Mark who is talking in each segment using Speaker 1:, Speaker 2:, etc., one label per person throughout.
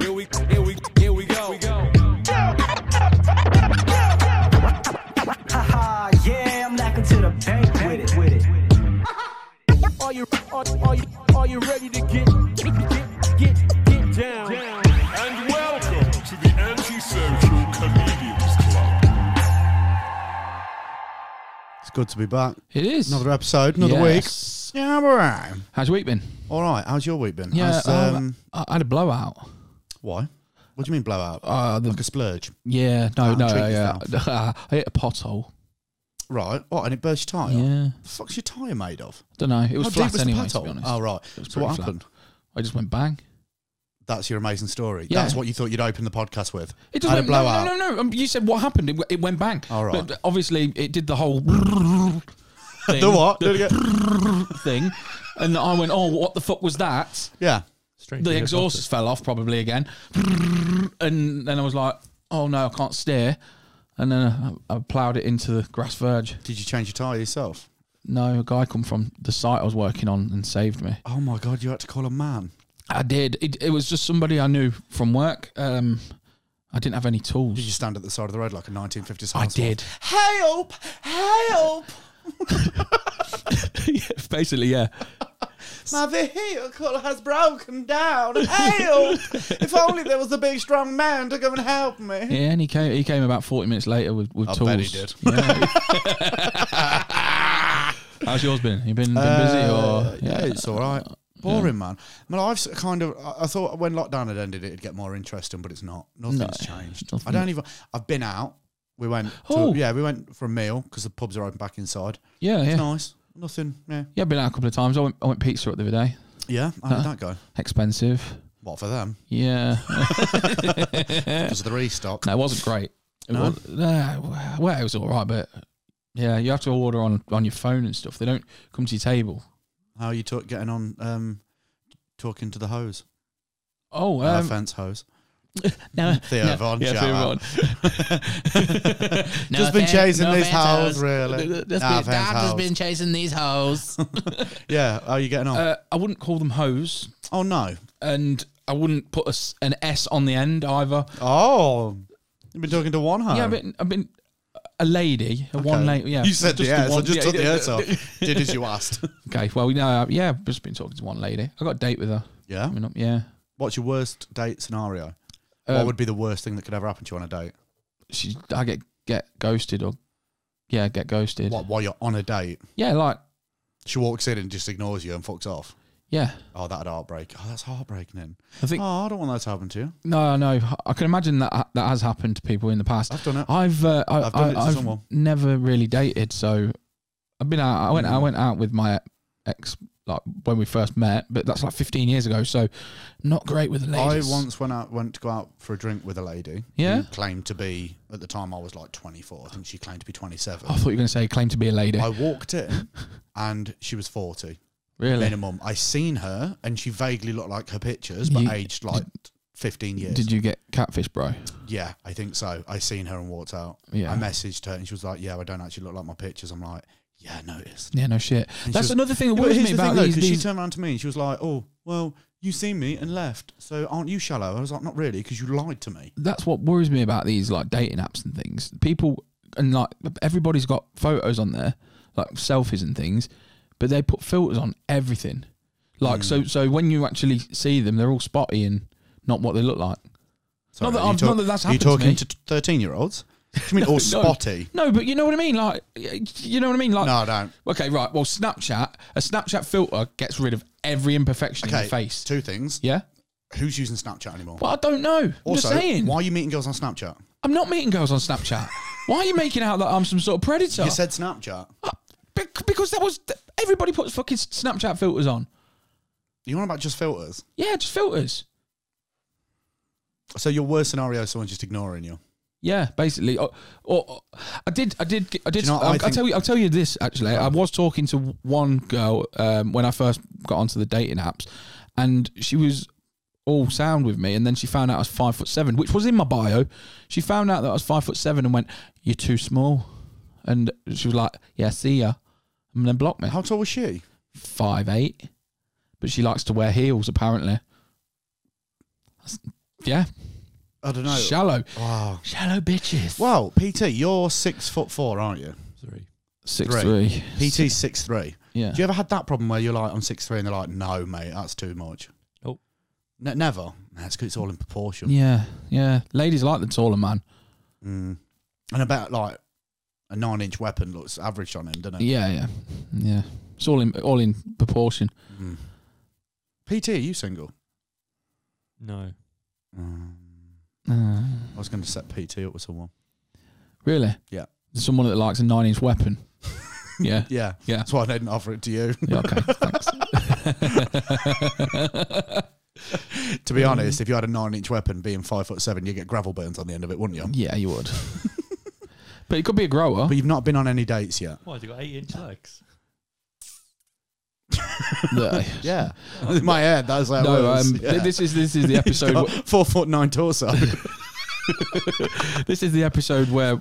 Speaker 1: Here we, here we, here we go.
Speaker 2: Haha, yeah, I'm knocking to the bank with it, with it.
Speaker 1: Are you, are, are you, are you ready to get, get, get, get down?
Speaker 3: And welcome to the Antisocial Comedians Club.
Speaker 4: It's good to be back.
Speaker 5: It is.
Speaker 4: Another episode, another
Speaker 5: Yes.
Speaker 4: week. Yeah, I'm all right.
Speaker 5: How's your week been?
Speaker 4: All right. How's your week been?
Speaker 5: Yeah,
Speaker 4: How's,
Speaker 5: um,
Speaker 4: um,
Speaker 5: I I had a blowout.
Speaker 4: why? What do you mean blowout?
Speaker 5: Uh, the-
Speaker 4: like a splurge,
Speaker 5: Yeah, no,
Speaker 4: Oh,
Speaker 5: no,
Speaker 4: treat
Speaker 5: yeah. I hit a pothole.
Speaker 4: right? What? And it burst your tire.
Speaker 5: Yeah,
Speaker 4: The fuck's your tire made of?
Speaker 5: don't know. It was
Speaker 4: How
Speaker 5: flat
Speaker 4: deep was
Speaker 5: anyway.
Speaker 4: the
Speaker 5: To
Speaker 4: pothole?
Speaker 5: be honest,
Speaker 4: Oh right.
Speaker 5: was
Speaker 4: So what
Speaker 5: pretty flat.
Speaker 4: happened?
Speaker 5: I just went bang.
Speaker 4: That's your amazing story.
Speaker 5: Yeah.
Speaker 4: That's what you thought you'd open the podcast with.
Speaker 5: It just
Speaker 4: Had a
Speaker 5: went no,
Speaker 4: blowout.
Speaker 5: No, no, no. Um, you said what happened? It, w- it went bang.
Speaker 4: All right.
Speaker 5: But obviously, it did the whole thing,
Speaker 4: The what? Do it again.
Speaker 5: thing, and I went, "Oh, what the fuck was that?"
Speaker 4: yeah.
Speaker 5: the exhaust fell off probably again, and then I was like, "Oh no, I can't steer," and then I, I ploughed it into the grass verge.
Speaker 4: Did you change your tire yourself?
Speaker 5: No, a guy come from the site I was working on and saved me.
Speaker 4: Oh my god! You had to call a man.
Speaker 5: I did. It, it was just somebody I knew from work. Um, I didn't have any tools.
Speaker 4: Did you stand at the side of the road like a 1950s?
Speaker 5: I
Speaker 4: housewife?
Speaker 5: did.
Speaker 4: Help! Help!
Speaker 5: Yeah, Basically, yeah.
Speaker 4: My vehicle has broken down. Help! if only there was a big strong man to come and help me.
Speaker 5: Yeah, and he came. He came about forty minutes later with, with
Speaker 4: I
Speaker 5: tools.
Speaker 4: bet he did.
Speaker 5: Yeah. How's yours been? You been, been
Speaker 4: Uh,
Speaker 5: busy or
Speaker 4: yeah, it's all right. Boring, man. My life's kind of. I- I thought when lockdown had ended, it'd get more interesting, but it's not. Nothing's changed. I
Speaker 5: nothing.
Speaker 4: don't even. I've been out. We went. To,
Speaker 5: Oh.
Speaker 4: Yeah, we went for a meal because the pubs are open back inside.
Speaker 5: yeah, yeah.
Speaker 4: It's nice. Nothing. Yeah.
Speaker 5: Yeah, I've been out a couple of times. I went, I went pizza up the other day.
Speaker 4: Yeah. How did that go?
Speaker 5: Expensive.
Speaker 4: What for them?
Speaker 5: Yeah,
Speaker 4: Because of the restock.
Speaker 5: no, it wasn't great. It
Speaker 4: No?
Speaker 5: was, nah, well, it was all right, but yeah, you have to order on on your phone and stuff. They don't come to your table.
Speaker 4: How are you talk, getting on? Um, talking to the Uh, hose.
Speaker 5: Oh,
Speaker 4: No
Speaker 5: um,
Speaker 4: offense, hose.
Speaker 5: no,
Speaker 4: Theo Von,
Speaker 5: yeah,
Speaker 4: shout out.
Speaker 5: Theo Von. No
Speaker 4: Just been
Speaker 5: offense-
Speaker 4: chasing these
Speaker 5: offense,
Speaker 4: hoes,
Speaker 5: hoes.
Speaker 4: really.
Speaker 5: Just
Speaker 4: No
Speaker 5: been- Dad
Speaker 4: offense,
Speaker 5: has
Speaker 4: hoes.
Speaker 5: been chasing these hoes.
Speaker 4: Yeah. How are you getting on?
Speaker 5: uh, I wouldn't call them hoes,
Speaker 4: oh no.
Speaker 5: and I wouldn't put a s an S on the end either.
Speaker 4: Oh. You've been talking to one hoe.
Speaker 5: Yeah, I've been, I've been a lady, a one
Speaker 4: Okay.
Speaker 5: lady. Yeah,
Speaker 4: You said the
Speaker 5: a
Speaker 4: S. I
Speaker 5: one-
Speaker 4: just
Speaker 5: yeah,
Speaker 4: took the
Speaker 5: yeah,
Speaker 4: S off. Did as you asked.
Speaker 5: Okay, well, no, uh, yeah, I've just been talking to one lady. I got a date with her.
Speaker 4: Yeah.
Speaker 5: I mean, yeah,
Speaker 4: What's your worst date scenario? what
Speaker 5: Um,
Speaker 4: would be the worst thing that could ever happen to you on a date?
Speaker 5: she, I get get ghosted or yeah, get ghosted.
Speaker 4: What? While you're on a date,
Speaker 5: Yeah, like
Speaker 4: she walks in and just ignores you and fucks off.
Speaker 5: yeah.
Speaker 4: Oh, that'd heartbreak. Oh, that's heartbreaking. Then.
Speaker 5: I think
Speaker 4: Oh, I don't want that to happen to you.
Speaker 5: No, no. I can imagine that that has happened to people in the past.
Speaker 4: I've done it.
Speaker 5: I've uh, I,
Speaker 4: I've done
Speaker 5: I,
Speaker 4: it to
Speaker 5: I've
Speaker 4: someone.
Speaker 5: never really dated, so I've been out. I went.
Speaker 4: Mm.
Speaker 5: I went out with my ex like when we first met, but that's like 15 years ago. So not great with the ladies.
Speaker 4: I once went out went to go out for a drink with a lady. Who
Speaker 5: Yeah?
Speaker 4: claimed to be at the time I was like 24. I think she claimed to be 27.
Speaker 5: I thought you were going to say claim to be a lady.
Speaker 4: I walked in and she was 40
Speaker 5: really?
Speaker 4: minimum. I seen her and she vaguely looked like her pictures, but
Speaker 5: You-
Speaker 4: aged like 15 years.
Speaker 5: Did you get catfish, bro?
Speaker 4: Yeah, I think so. I seen her and walked out.
Speaker 5: Yeah.
Speaker 4: I messaged her and she was like, "Yeah, I don't actually look like my pictures." I'm like, "Yeah, I noticed."
Speaker 5: Yeah, no shit.
Speaker 4: And she
Speaker 5: That's
Speaker 4: was-
Speaker 5: another thing that
Speaker 4: Yeah, but
Speaker 5: worries
Speaker 4: here's
Speaker 5: me
Speaker 4: the thing,
Speaker 5: about
Speaker 4: though,
Speaker 5: these.
Speaker 4: 'cause she
Speaker 5: these-
Speaker 4: turned around to me and she was like, "Oh, well, you seen me and left, so aren't you shallow?" I was like, "Not really, because you lied to me."
Speaker 5: that's what worries me about these like dating apps and things. People and like everybody's got photos on there, like selfies and things, but they put filters on everything. Like so,
Speaker 4: Mm.
Speaker 5: so when you actually see them, they're all spotty and not what they look like.
Speaker 4: Sorry,
Speaker 5: that
Speaker 4: are you
Speaker 5: I've- not that that's
Speaker 4: are you
Speaker 5: happened to
Speaker 4: talking
Speaker 5: me.
Speaker 4: to thirteen-year-olds? You mean all spotty?
Speaker 5: No, but you know what I mean. Like, you know what I mean. Like,
Speaker 4: No, I don't.
Speaker 5: okay, right. Well, Snapchat, a Snapchat filter gets rid of every imperfection in
Speaker 4: Okay,
Speaker 5: your face.
Speaker 4: Two things.
Speaker 5: yeah.
Speaker 4: Who's using Snapchat anymore?
Speaker 5: Well, I don't know.
Speaker 4: also,
Speaker 5: I'm just saying.
Speaker 4: why are you meeting girls on Snapchat?
Speaker 5: I'm not meeting girls on Snapchat. why are you making out that I'm some sort of predator?
Speaker 4: You said Snapchat.
Speaker 5: Bec- because that was everybody puts fucking Snapchat filters on.
Speaker 4: You want about just filters?
Speaker 5: Yeah, just filters.
Speaker 4: So your worst scenario is someone just ignoring you.
Speaker 5: Yeah, basically. Or, or I did, I did, I did.
Speaker 4: you know what I
Speaker 5: I'll, I'll
Speaker 4: think-
Speaker 5: tell you, I'll tell you this. Actually, I was talking to one girl um, when I first got onto the dating apps, and she was all sound with me, and then she found out I was five foot seven, which was in my bio. She found out that I was five foot seven and went, "You're too small," and she was like, "Yeah, see ya," and then blocked me.
Speaker 4: How tall was she?
Speaker 5: Five eight, but she likes to wear heels apparently. That's Yeah.
Speaker 4: I don't know.
Speaker 5: Shallow.
Speaker 4: wow.
Speaker 5: Shallow bitches.
Speaker 4: Well, PT, you're six foot four, aren't you?
Speaker 5: Three. Six
Speaker 4: Three.
Speaker 5: three.
Speaker 4: PT's six three.
Speaker 5: Yeah.
Speaker 4: Do you ever had that problem where you're like, I'm six three, and they're like, No, mate, that's too much.
Speaker 5: Nope.
Speaker 4: Ne- never. That's because it's all in proportion.
Speaker 5: Yeah. Yeah. Ladies like the taller man.
Speaker 4: Mm. And about like a nine inch weapon looks average on him, doesn't it?
Speaker 5: Yeah. Yeah. Yeah. It's all in all in proportion.
Speaker 4: Mm. PT, are you single?
Speaker 6: No.
Speaker 4: Mm.
Speaker 5: Uh,
Speaker 4: I was going to set PT up with someone.
Speaker 5: really?
Speaker 4: Yeah.
Speaker 5: Someone that likes a nine inch weapon. yeah.
Speaker 4: Yeah.
Speaker 5: Yeah.
Speaker 4: That's why I didn't offer it to you.
Speaker 5: Yeah, Okay. Thanks.
Speaker 4: to be honest, if you had a nine inch weapon, being five foot seven, you'd get gravel burns on the end of it, wouldn't you?
Speaker 5: Yeah, you would. but you could be a grower.
Speaker 4: But you've not been on any dates yet.
Speaker 6: Why has he got eight inch legs?
Speaker 5: Yeah.
Speaker 4: Yeah. In my head, that's how it
Speaker 5: No,
Speaker 4: was.
Speaker 5: um,
Speaker 4: Yeah.
Speaker 5: th- this is this is the
Speaker 4: He's
Speaker 5: episode.
Speaker 4: got
Speaker 5: wh-
Speaker 4: four foot nine torso.
Speaker 5: this is the episode where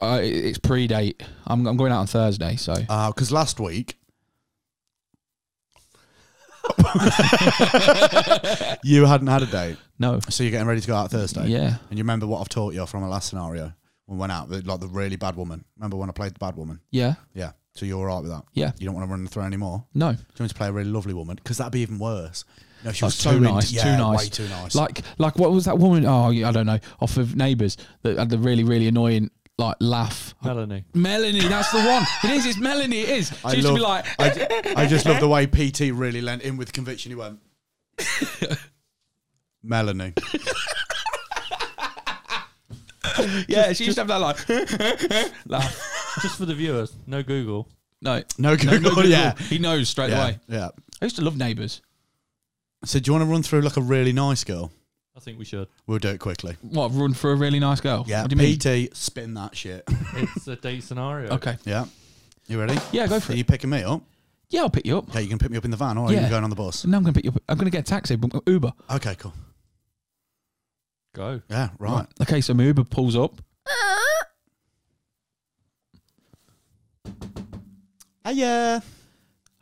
Speaker 5: uh, it- it's pre-date. I'm, I'm going out on Thursday, so
Speaker 4: Because Uh, last week. you hadn't had a date,
Speaker 5: no.
Speaker 4: so you're getting ready to go out Thursday.
Speaker 5: Yeah.
Speaker 4: And you remember what I've taught you from our last scenario? We went out, the- like the really bad woman. Remember when I played the bad woman?
Speaker 5: Yeah.
Speaker 4: Yeah. So you're all right with that?
Speaker 5: Yeah.
Speaker 4: You don't want to run through anymore?
Speaker 5: No.
Speaker 4: Do you want me to play a really lovely woman? Because that'd be even worse. No, she was
Speaker 5: Like,
Speaker 4: so
Speaker 5: too
Speaker 4: into-
Speaker 5: nice,
Speaker 4: yeah,
Speaker 5: too nice.
Speaker 4: way too nice.
Speaker 5: Like like what was that woman? Oh, yeah, I don't know. Off of Neighbours that had the really really annoying like laugh.
Speaker 6: Melanie.
Speaker 5: Melanie, that's the one. It is. It's Melanie. It is. She
Speaker 4: I
Speaker 5: used to be
Speaker 4: love-
Speaker 5: like,
Speaker 4: I, ju- I just love the way PT really lent in with conviction. He went, Melanie.
Speaker 5: yeah. She used to have that like laugh.
Speaker 6: Just for the viewers, no Google.
Speaker 5: No,
Speaker 4: No Google. Yeah.
Speaker 5: He knows straight
Speaker 4: yeah.
Speaker 5: away.
Speaker 4: Yeah.
Speaker 5: I used to love Neighbours.
Speaker 4: So do you want to run through like a really nice girl?
Speaker 6: I think we should.
Speaker 4: We'll do it quickly.
Speaker 5: What run for a really nice girl?
Speaker 4: Yeah.
Speaker 5: What do you mean?
Speaker 4: PT, spin that shit.
Speaker 6: It's a date scenario.
Speaker 5: Okay.
Speaker 4: Yeah. You ready?
Speaker 5: Yeah, go for
Speaker 4: Are
Speaker 5: it.
Speaker 4: you picking me up?
Speaker 5: Yeah, I'll pick you up.
Speaker 4: Okay, you can pick me up in the van or are
Speaker 5: Yeah.
Speaker 4: you going on the bus?
Speaker 5: So now I'm gonna pick you up. I'm gonna get a taxi, but Uber.
Speaker 4: Okay, cool.
Speaker 6: Go.
Speaker 4: Yeah, right.
Speaker 5: Okay, so my Uber pulls up.
Speaker 4: Hiya.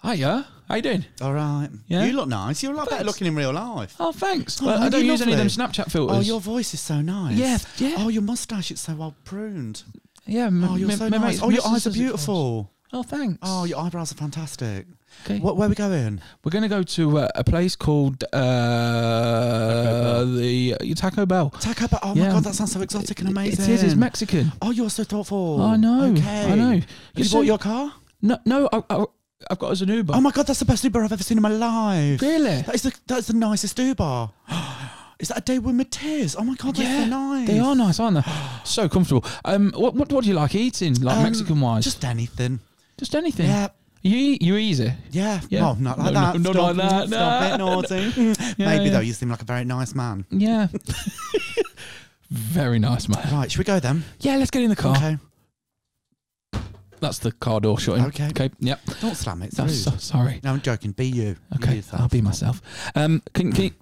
Speaker 5: Hiya, how you doing?
Speaker 4: All right.
Speaker 5: Yeah.
Speaker 4: You look nice. You're a lot better
Speaker 5: Thanks.
Speaker 4: looking in real life.
Speaker 5: Oh, thanks.
Speaker 4: Oh,
Speaker 5: Well, I
Speaker 4: aren't
Speaker 5: don't
Speaker 4: you
Speaker 5: use any of them
Speaker 4: lovely?
Speaker 5: Snapchat filters.
Speaker 4: Oh, your voice is so nice.
Speaker 5: Yeah, yeah.
Speaker 4: Oh, your mustache, it's so well pruned.
Speaker 5: yeah. m-
Speaker 4: Oh, you're
Speaker 5: m-
Speaker 4: so
Speaker 5: my
Speaker 4: nice.
Speaker 5: mate-
Speaker 4: Oh, your
Speaker 5: missus
Speaker 4: eyes are
Speaker 5: does it for us.
Speaker 4: beautiful.
Speaker 5: Oh, thanks.
Speaker 4: Oh, your eyebrows are fantastic.
Speaker 5: okay.
Speaker 4: What, where are we going?
Speaker 5: We're gonna go to uh, a place called uh, the uh, Taco Bell.
Speaker 4: Taco Bell. Oh
Speaker 5: Yeah.
Speaker 4: my god, that sounds so exotic and amazing.
Speaker 5: It is. It's Mexican.
Speaker 4: Oh, you're so thoughtful.
Speaker 5: I know.
Speaker 4: Okay.
Speaker 5: I know.
Speaker 4: Have
Speaker 5: You're
Speaker 4: you
Speaker 5: so-
Speaker 4: bought your car?
Speaker 5: No, no. I, I, I've got us an Uber.
Speaker 4: Oh my god, that's the best Uber I've ever seen in my life.
Speaker 5: Really?
Speaker 4: That is the that's the nicest Uber. is that a day with my tears? Oh my god, that's so nice.
Speaker 5: They are nice, aren't they? so comfortable. Um, what, what what do you like eating, like
Speaker 4: Um,
Speaker 5: Mexican wise? Just,
Speaker 4: Just anything.
Speaker 5: anything.
Speaker 4: Yeah.
Speaker 5: You eat- you easy.
Speaker 4: Yeah.
Speaker 5: Yeah.
Speaker 4: No, not like
Speaker 5: No,
Speaker 4: that.
Speaker 5: no,
Speaker 4: Stop,
Speaker 5: not like that.
Speaker 4: Stop it, naughty. Maybe
Speaker 5: yeah.
Speaker 4: though, you seem like a very nice man.
Speaker 5: Yeah. Very nice, man.
Speaker 4: Right, should we go then?
Speaker 5: Yeah, let's get in the car.
Speaker 4: Okay.
Speaker 5: That's the car door shutting.
Speaker 4: Okay.
Speaker 5: Okay. Yep.
Speaker 4: Don't slam it. It's
Speaker 5: No,
Speaker 4: rude.
Speaker 5: so, sorry.
Speaker 4: No, I'm joking. Be you. Be
Speaker 5: Okay.
Speaker 4: yourself.
Speaker 5: I'll be myself. Um, can, can you-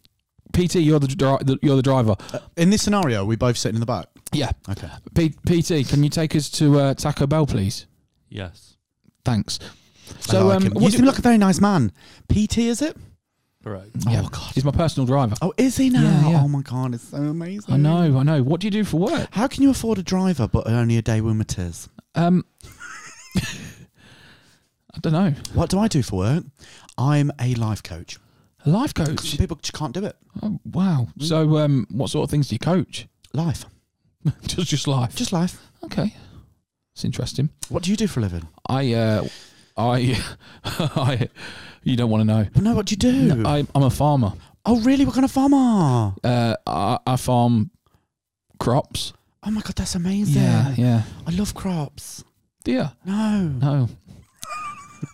Speaker 5: PT, you're the, dri- the you're the driver.
Speaker 4: Uh, In this scenario, we both sit in the back.
Speaker 5: Yeah.
Speaker 4: Okay.
Speaker 5: P- PT, can you take us to uh, Taco Bell, please?
Speaker 6: Yes.
Speaker 5: Thanks.
Speaker 4: So,
Speaker 5: um,
Speaker 4: him.
Speaker 5: what
Speaker 4: you
Speaker 5: do-
Speaker 4: seem like a very nice man. PT, is it?
Speaker 6: Correct.
Speaker 5: yeah. He's my personal driver.
Speaker 4: Oh, is he now?
Speaker 5: Yeah, yeah.
Speaker 4: Oh my god, it's so amazing.
Speaker 5: I know. I know. What do you do for work?
Speaker 4: How can you afford a driver but only a day woman is?
Speaker 5: Um, I don't know.
Speaker 4: What do I do for work? I'm a life coach.
Speaker 5: A life
Speaker 4: Some
Speaker 5: coach.
Speaker 4: people just can't do it.
Speaker 5: Oh, wow. So, um, what sort of things do you coach?
Speaker 4: Life,
Speaker 5: just just life.
Speaker 4: just life.
Speaker 5: okay. It's interesting.
Speaker 4: What do you do for a living?
Speaker 5: I, uh, I, I, you don't want to know.
Speaker 4: But no, what do you do?
Speaker 5: I, I'm a farmer.
Speaker 4: oh, really? What kind of farmer? Oh
Speaker 5: Uh, I, I farm crops.
Speaker 4: Oh, my god, that's amazing.
Speaker 5: yeah.
Speaker 4: I love crops.
Speaker 5: Yeah.
Speaker 4: No,
Speaker 5: No.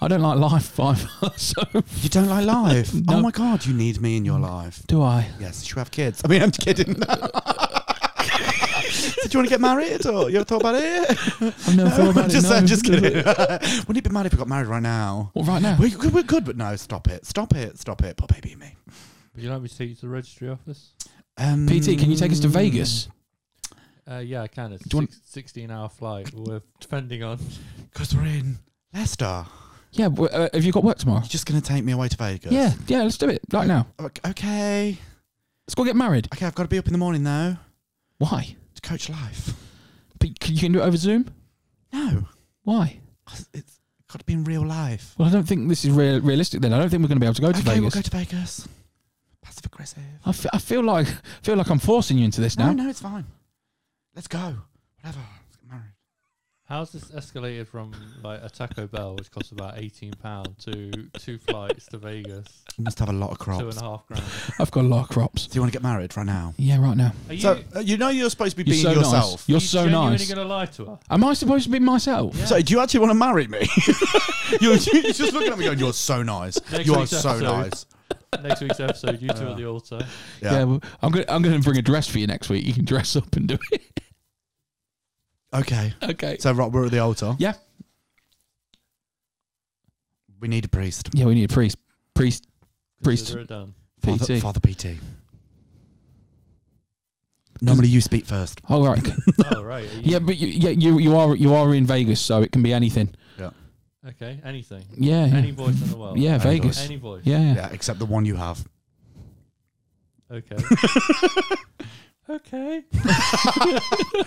Speaker 5: I don't like life five. so
Speaker 4: you don't like life.
Speaker 5: No. Mm.
Speaker 4: Oh my god, you need me in your life.
Speaker 5: do I?
Speaker 4: Yes, you should have kids. I mean, I'm kidding. Did you want to get married or you ever thought about it?
Speaker 5: I've never thought about
Speaker 4: just,
Speaker 5: it. no.
Speaker 4: I'm just kidding. Wouldn't it be mad if we got married right now?
Speaker 5: Well, right now.
Speaker 4: We're good, we're good, but no, stop it, stop it, stop it. Put baby in me.
Speaker 6: Would you like me to take you to the registry office?
Speaker 4: Um,
Speaker 5: PT, can you take us to Vegas?
Speaker 6: Uh, yeah, I can. It's
Speaker 5: Do you want-
Speaker 6: six, 16 hour flight. We're depending on.
Speaker 4: Because we're in Leicester.
Speaker 5: Yeah. w- Uh, have you got work tomorrow?
Speaker 4: You're just going to take me away to Vegas?
Speaker 5: Yeah. Yeah. Let's do it right now.
Speaker 4: Ok- Okay.
Speaker 5: Let's go get married.
Speaker 4: Okay, I've got to be up in the morning though
Speaker 5: Why?
Speaker 4: to coach life.
Speaker 5: But can- you can do it over Zoom.
Speaker 4: No,
Speaker 5: Why?
Speaker 4: it's got to be in real life.
Speaker 5: Well, I don't think this is real, realistic. Then I don't think we're going to be able to go to
Speaker 4: Okay,
Speaker 5: Vegas.
Speaker 4: we'll go to Vegas. Oh, Passive aggressive.
Speaker 5: I, f- I feel like I feel like I'm forcing you into this now.
Speaker 4: No, no, it's fine. Let's go. Whatever. Let's get married.
Speaker 6: How's this escalated from like a Taco Bell, which costs about eighteen pound, to two flights to Vegas,
Speaker 4: You must have a lot of crops.
Speaker 6: two and a half grand?
Speaker 5: I've got a lot of crops.
Speaker 4: Do you want to get married right now?
Speaker 5: Yeah, right now.
Speaker 6: Are you,
Speaker 4: So uh, you know you're supposed to be
Speaker 5: You're
Speaker 4: being
Speaker 5: so
Speaker 4: yourself.
Speaker 5: nice. You're
Speaker 6: you
Speaker 5: so
Speaker 6: genuinely
Speaker 5: nice.
Speaker 6: Going to lie to her?
Speaker 5: Am I supposed to be myself?
Speaker 4: So do you actually want to marry me? you're, you're just looking at me going, "You're so nice.
Speaker 6: Next
Speaker 4: you are
Speaker 6: week's
Speaker 4: so
Speaker 6: episode.
Speaker 4: nice."
Speaker 6: Next week's episode, you two at the altar.
Speaker 5: Yeah. well, I'm going. to I'm going to bring a dress for you next week. You can dress up and do it.
Speaker 4: Okay.
Speaker 5: okay.
Speaker 4: So right, we're at the altar.
Speaker 5: yeah.
Speaker 4: We need a priest.
Speaker 5: Yeah. We need a priest. Priest. Priest.
Speaker 6: Consider it done.
Speaker 4: Father,
Speaker 5: PT.
Speaker 4: Father PT. Normally you speak first.
Speaker 5: All right.
Speaker 6: All Oh, right. are you-
Speaker 5: yeah, but you, yeah, you you are you are in Vegas, so it can be anything.
Speaker 6: Okay. Anything.
Speaker 5: Yeah.
Speaker 6: Any voice in the world.
Speaker 5: yeah. Vegas.
Speaker 6: Any voice.
Speaker 5: Yeah. yeah.
Speaker 4: Yeah, except the one you have.
Speaker 6: Okay. okay.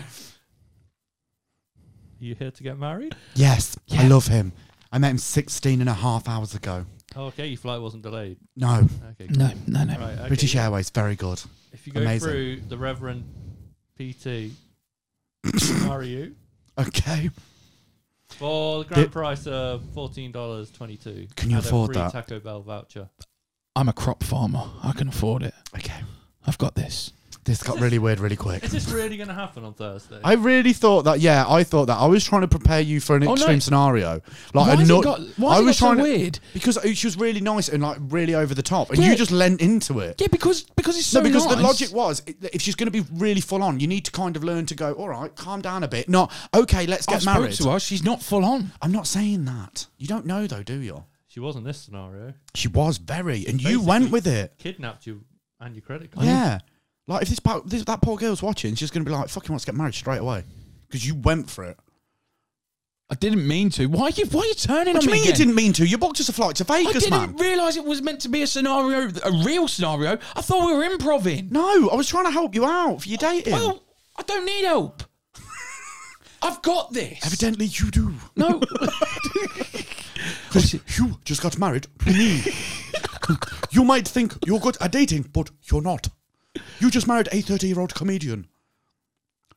Speaker 6: you here to get married?
Speaker 4: Yes, I
Speaker 5: Yeah.
Speaker 4: love him. I met him 16 and a half hours ago.
Speaker 6: Oh, okay. Your flight wasn't delayed.
Speaker 4: No,
Speaker 6: Okay.
Speaker 5: No. No. No.
Speaker 6: All right. Okay.
Speaker 4: British Airways, very good.
Speaker 6: If you go
Speaker 4: Amazing.
Speaker 6: through the Reverend PT, are you
Speaker 4: Okay.
Speaker 6: for the grand
Speaker 4: Did-
Speaker 6: price of fourteen dollars twenty two?
Speaker 4: Can you afford that?
Speaker 6: Taco Bell voucher.
Speaker 5: I'm a crop farmer. I can afford it.
Speaker 4: Okay.
Speaker 5: I've got this.
Speaker 4: This got really weird really quick.
Speaker 6: Is this really going to happen on Thursday?
Speaker 4: I really thought that. Yeah, I thought that. I was trying to prepare you for an
Speaker 5: no.
Speaker 4: extreme scenario. Like
Speaker 5: Why
Speaker 4: a
Speaker 5: has it
Speaker 4: nut-
Speaker 5: got- why has
Speaker 4: I was
Speaker 5: it got so
Speaker 4: trying to-
Speaker 5: weird?
Speaker 4: because it- she was really nice and like really over the top, and
Speaker 5: Yeah.
Speaker 4: you just lent into it.
Speaker 5: Yeah, because because it's so
Speaker 4: no, because the
Speaker 5: nice.
Speaker 4: logic was i- if she's going to be really full on, you need to kind of learn to go. All right, calm down a bit. Not okay. Let's
Speaker 5: I
Speaker 4: get
Speaker 5: spoke
Speaker 4: married.
Speaker 5: to her. She's not full on.
Speaker 4: I'm not saying that. You don't know though, do you?
Speaker 6: she was in this scenario.
Speaker 4: She was very, and you
Speaker 6: Basically-
Speaker 4: went with it.
Speaker 6: Kidnapped you and your credit card.
Speaker 4: Yeah. Like if this, po- this that poor girl's watching, she's going to be like, "Fucking wants to get married straight away," because you went for it.
Speaker 5: I didn't mean to. Why are you why are you turning
Speaker 4: What
Speaker 5: on
Speaker 4: do you
Speaker 5: me?
Speaker 4: mean you
Speaker 5: again?
Speaker 4: didn't mean to? You booked us a flight to
Speaker 5: I
Speaker 4: Vegas,
Speaker 5: didn't
Speaker 4: man.
Speaker 5: realize it was meant to be a scenario, a real scenario. I thought we were improvising.
Speaker 4: No, I was trying to help you out for your dating.
Speaker 5: Well, I don't need help. I've got this.
Speaker 4: Evidently, you do.
Speaker 5: No.
Speaker 4: Because you just got married to me. you might think you're good at dating, but you're not. You just married a 30 year old comedian,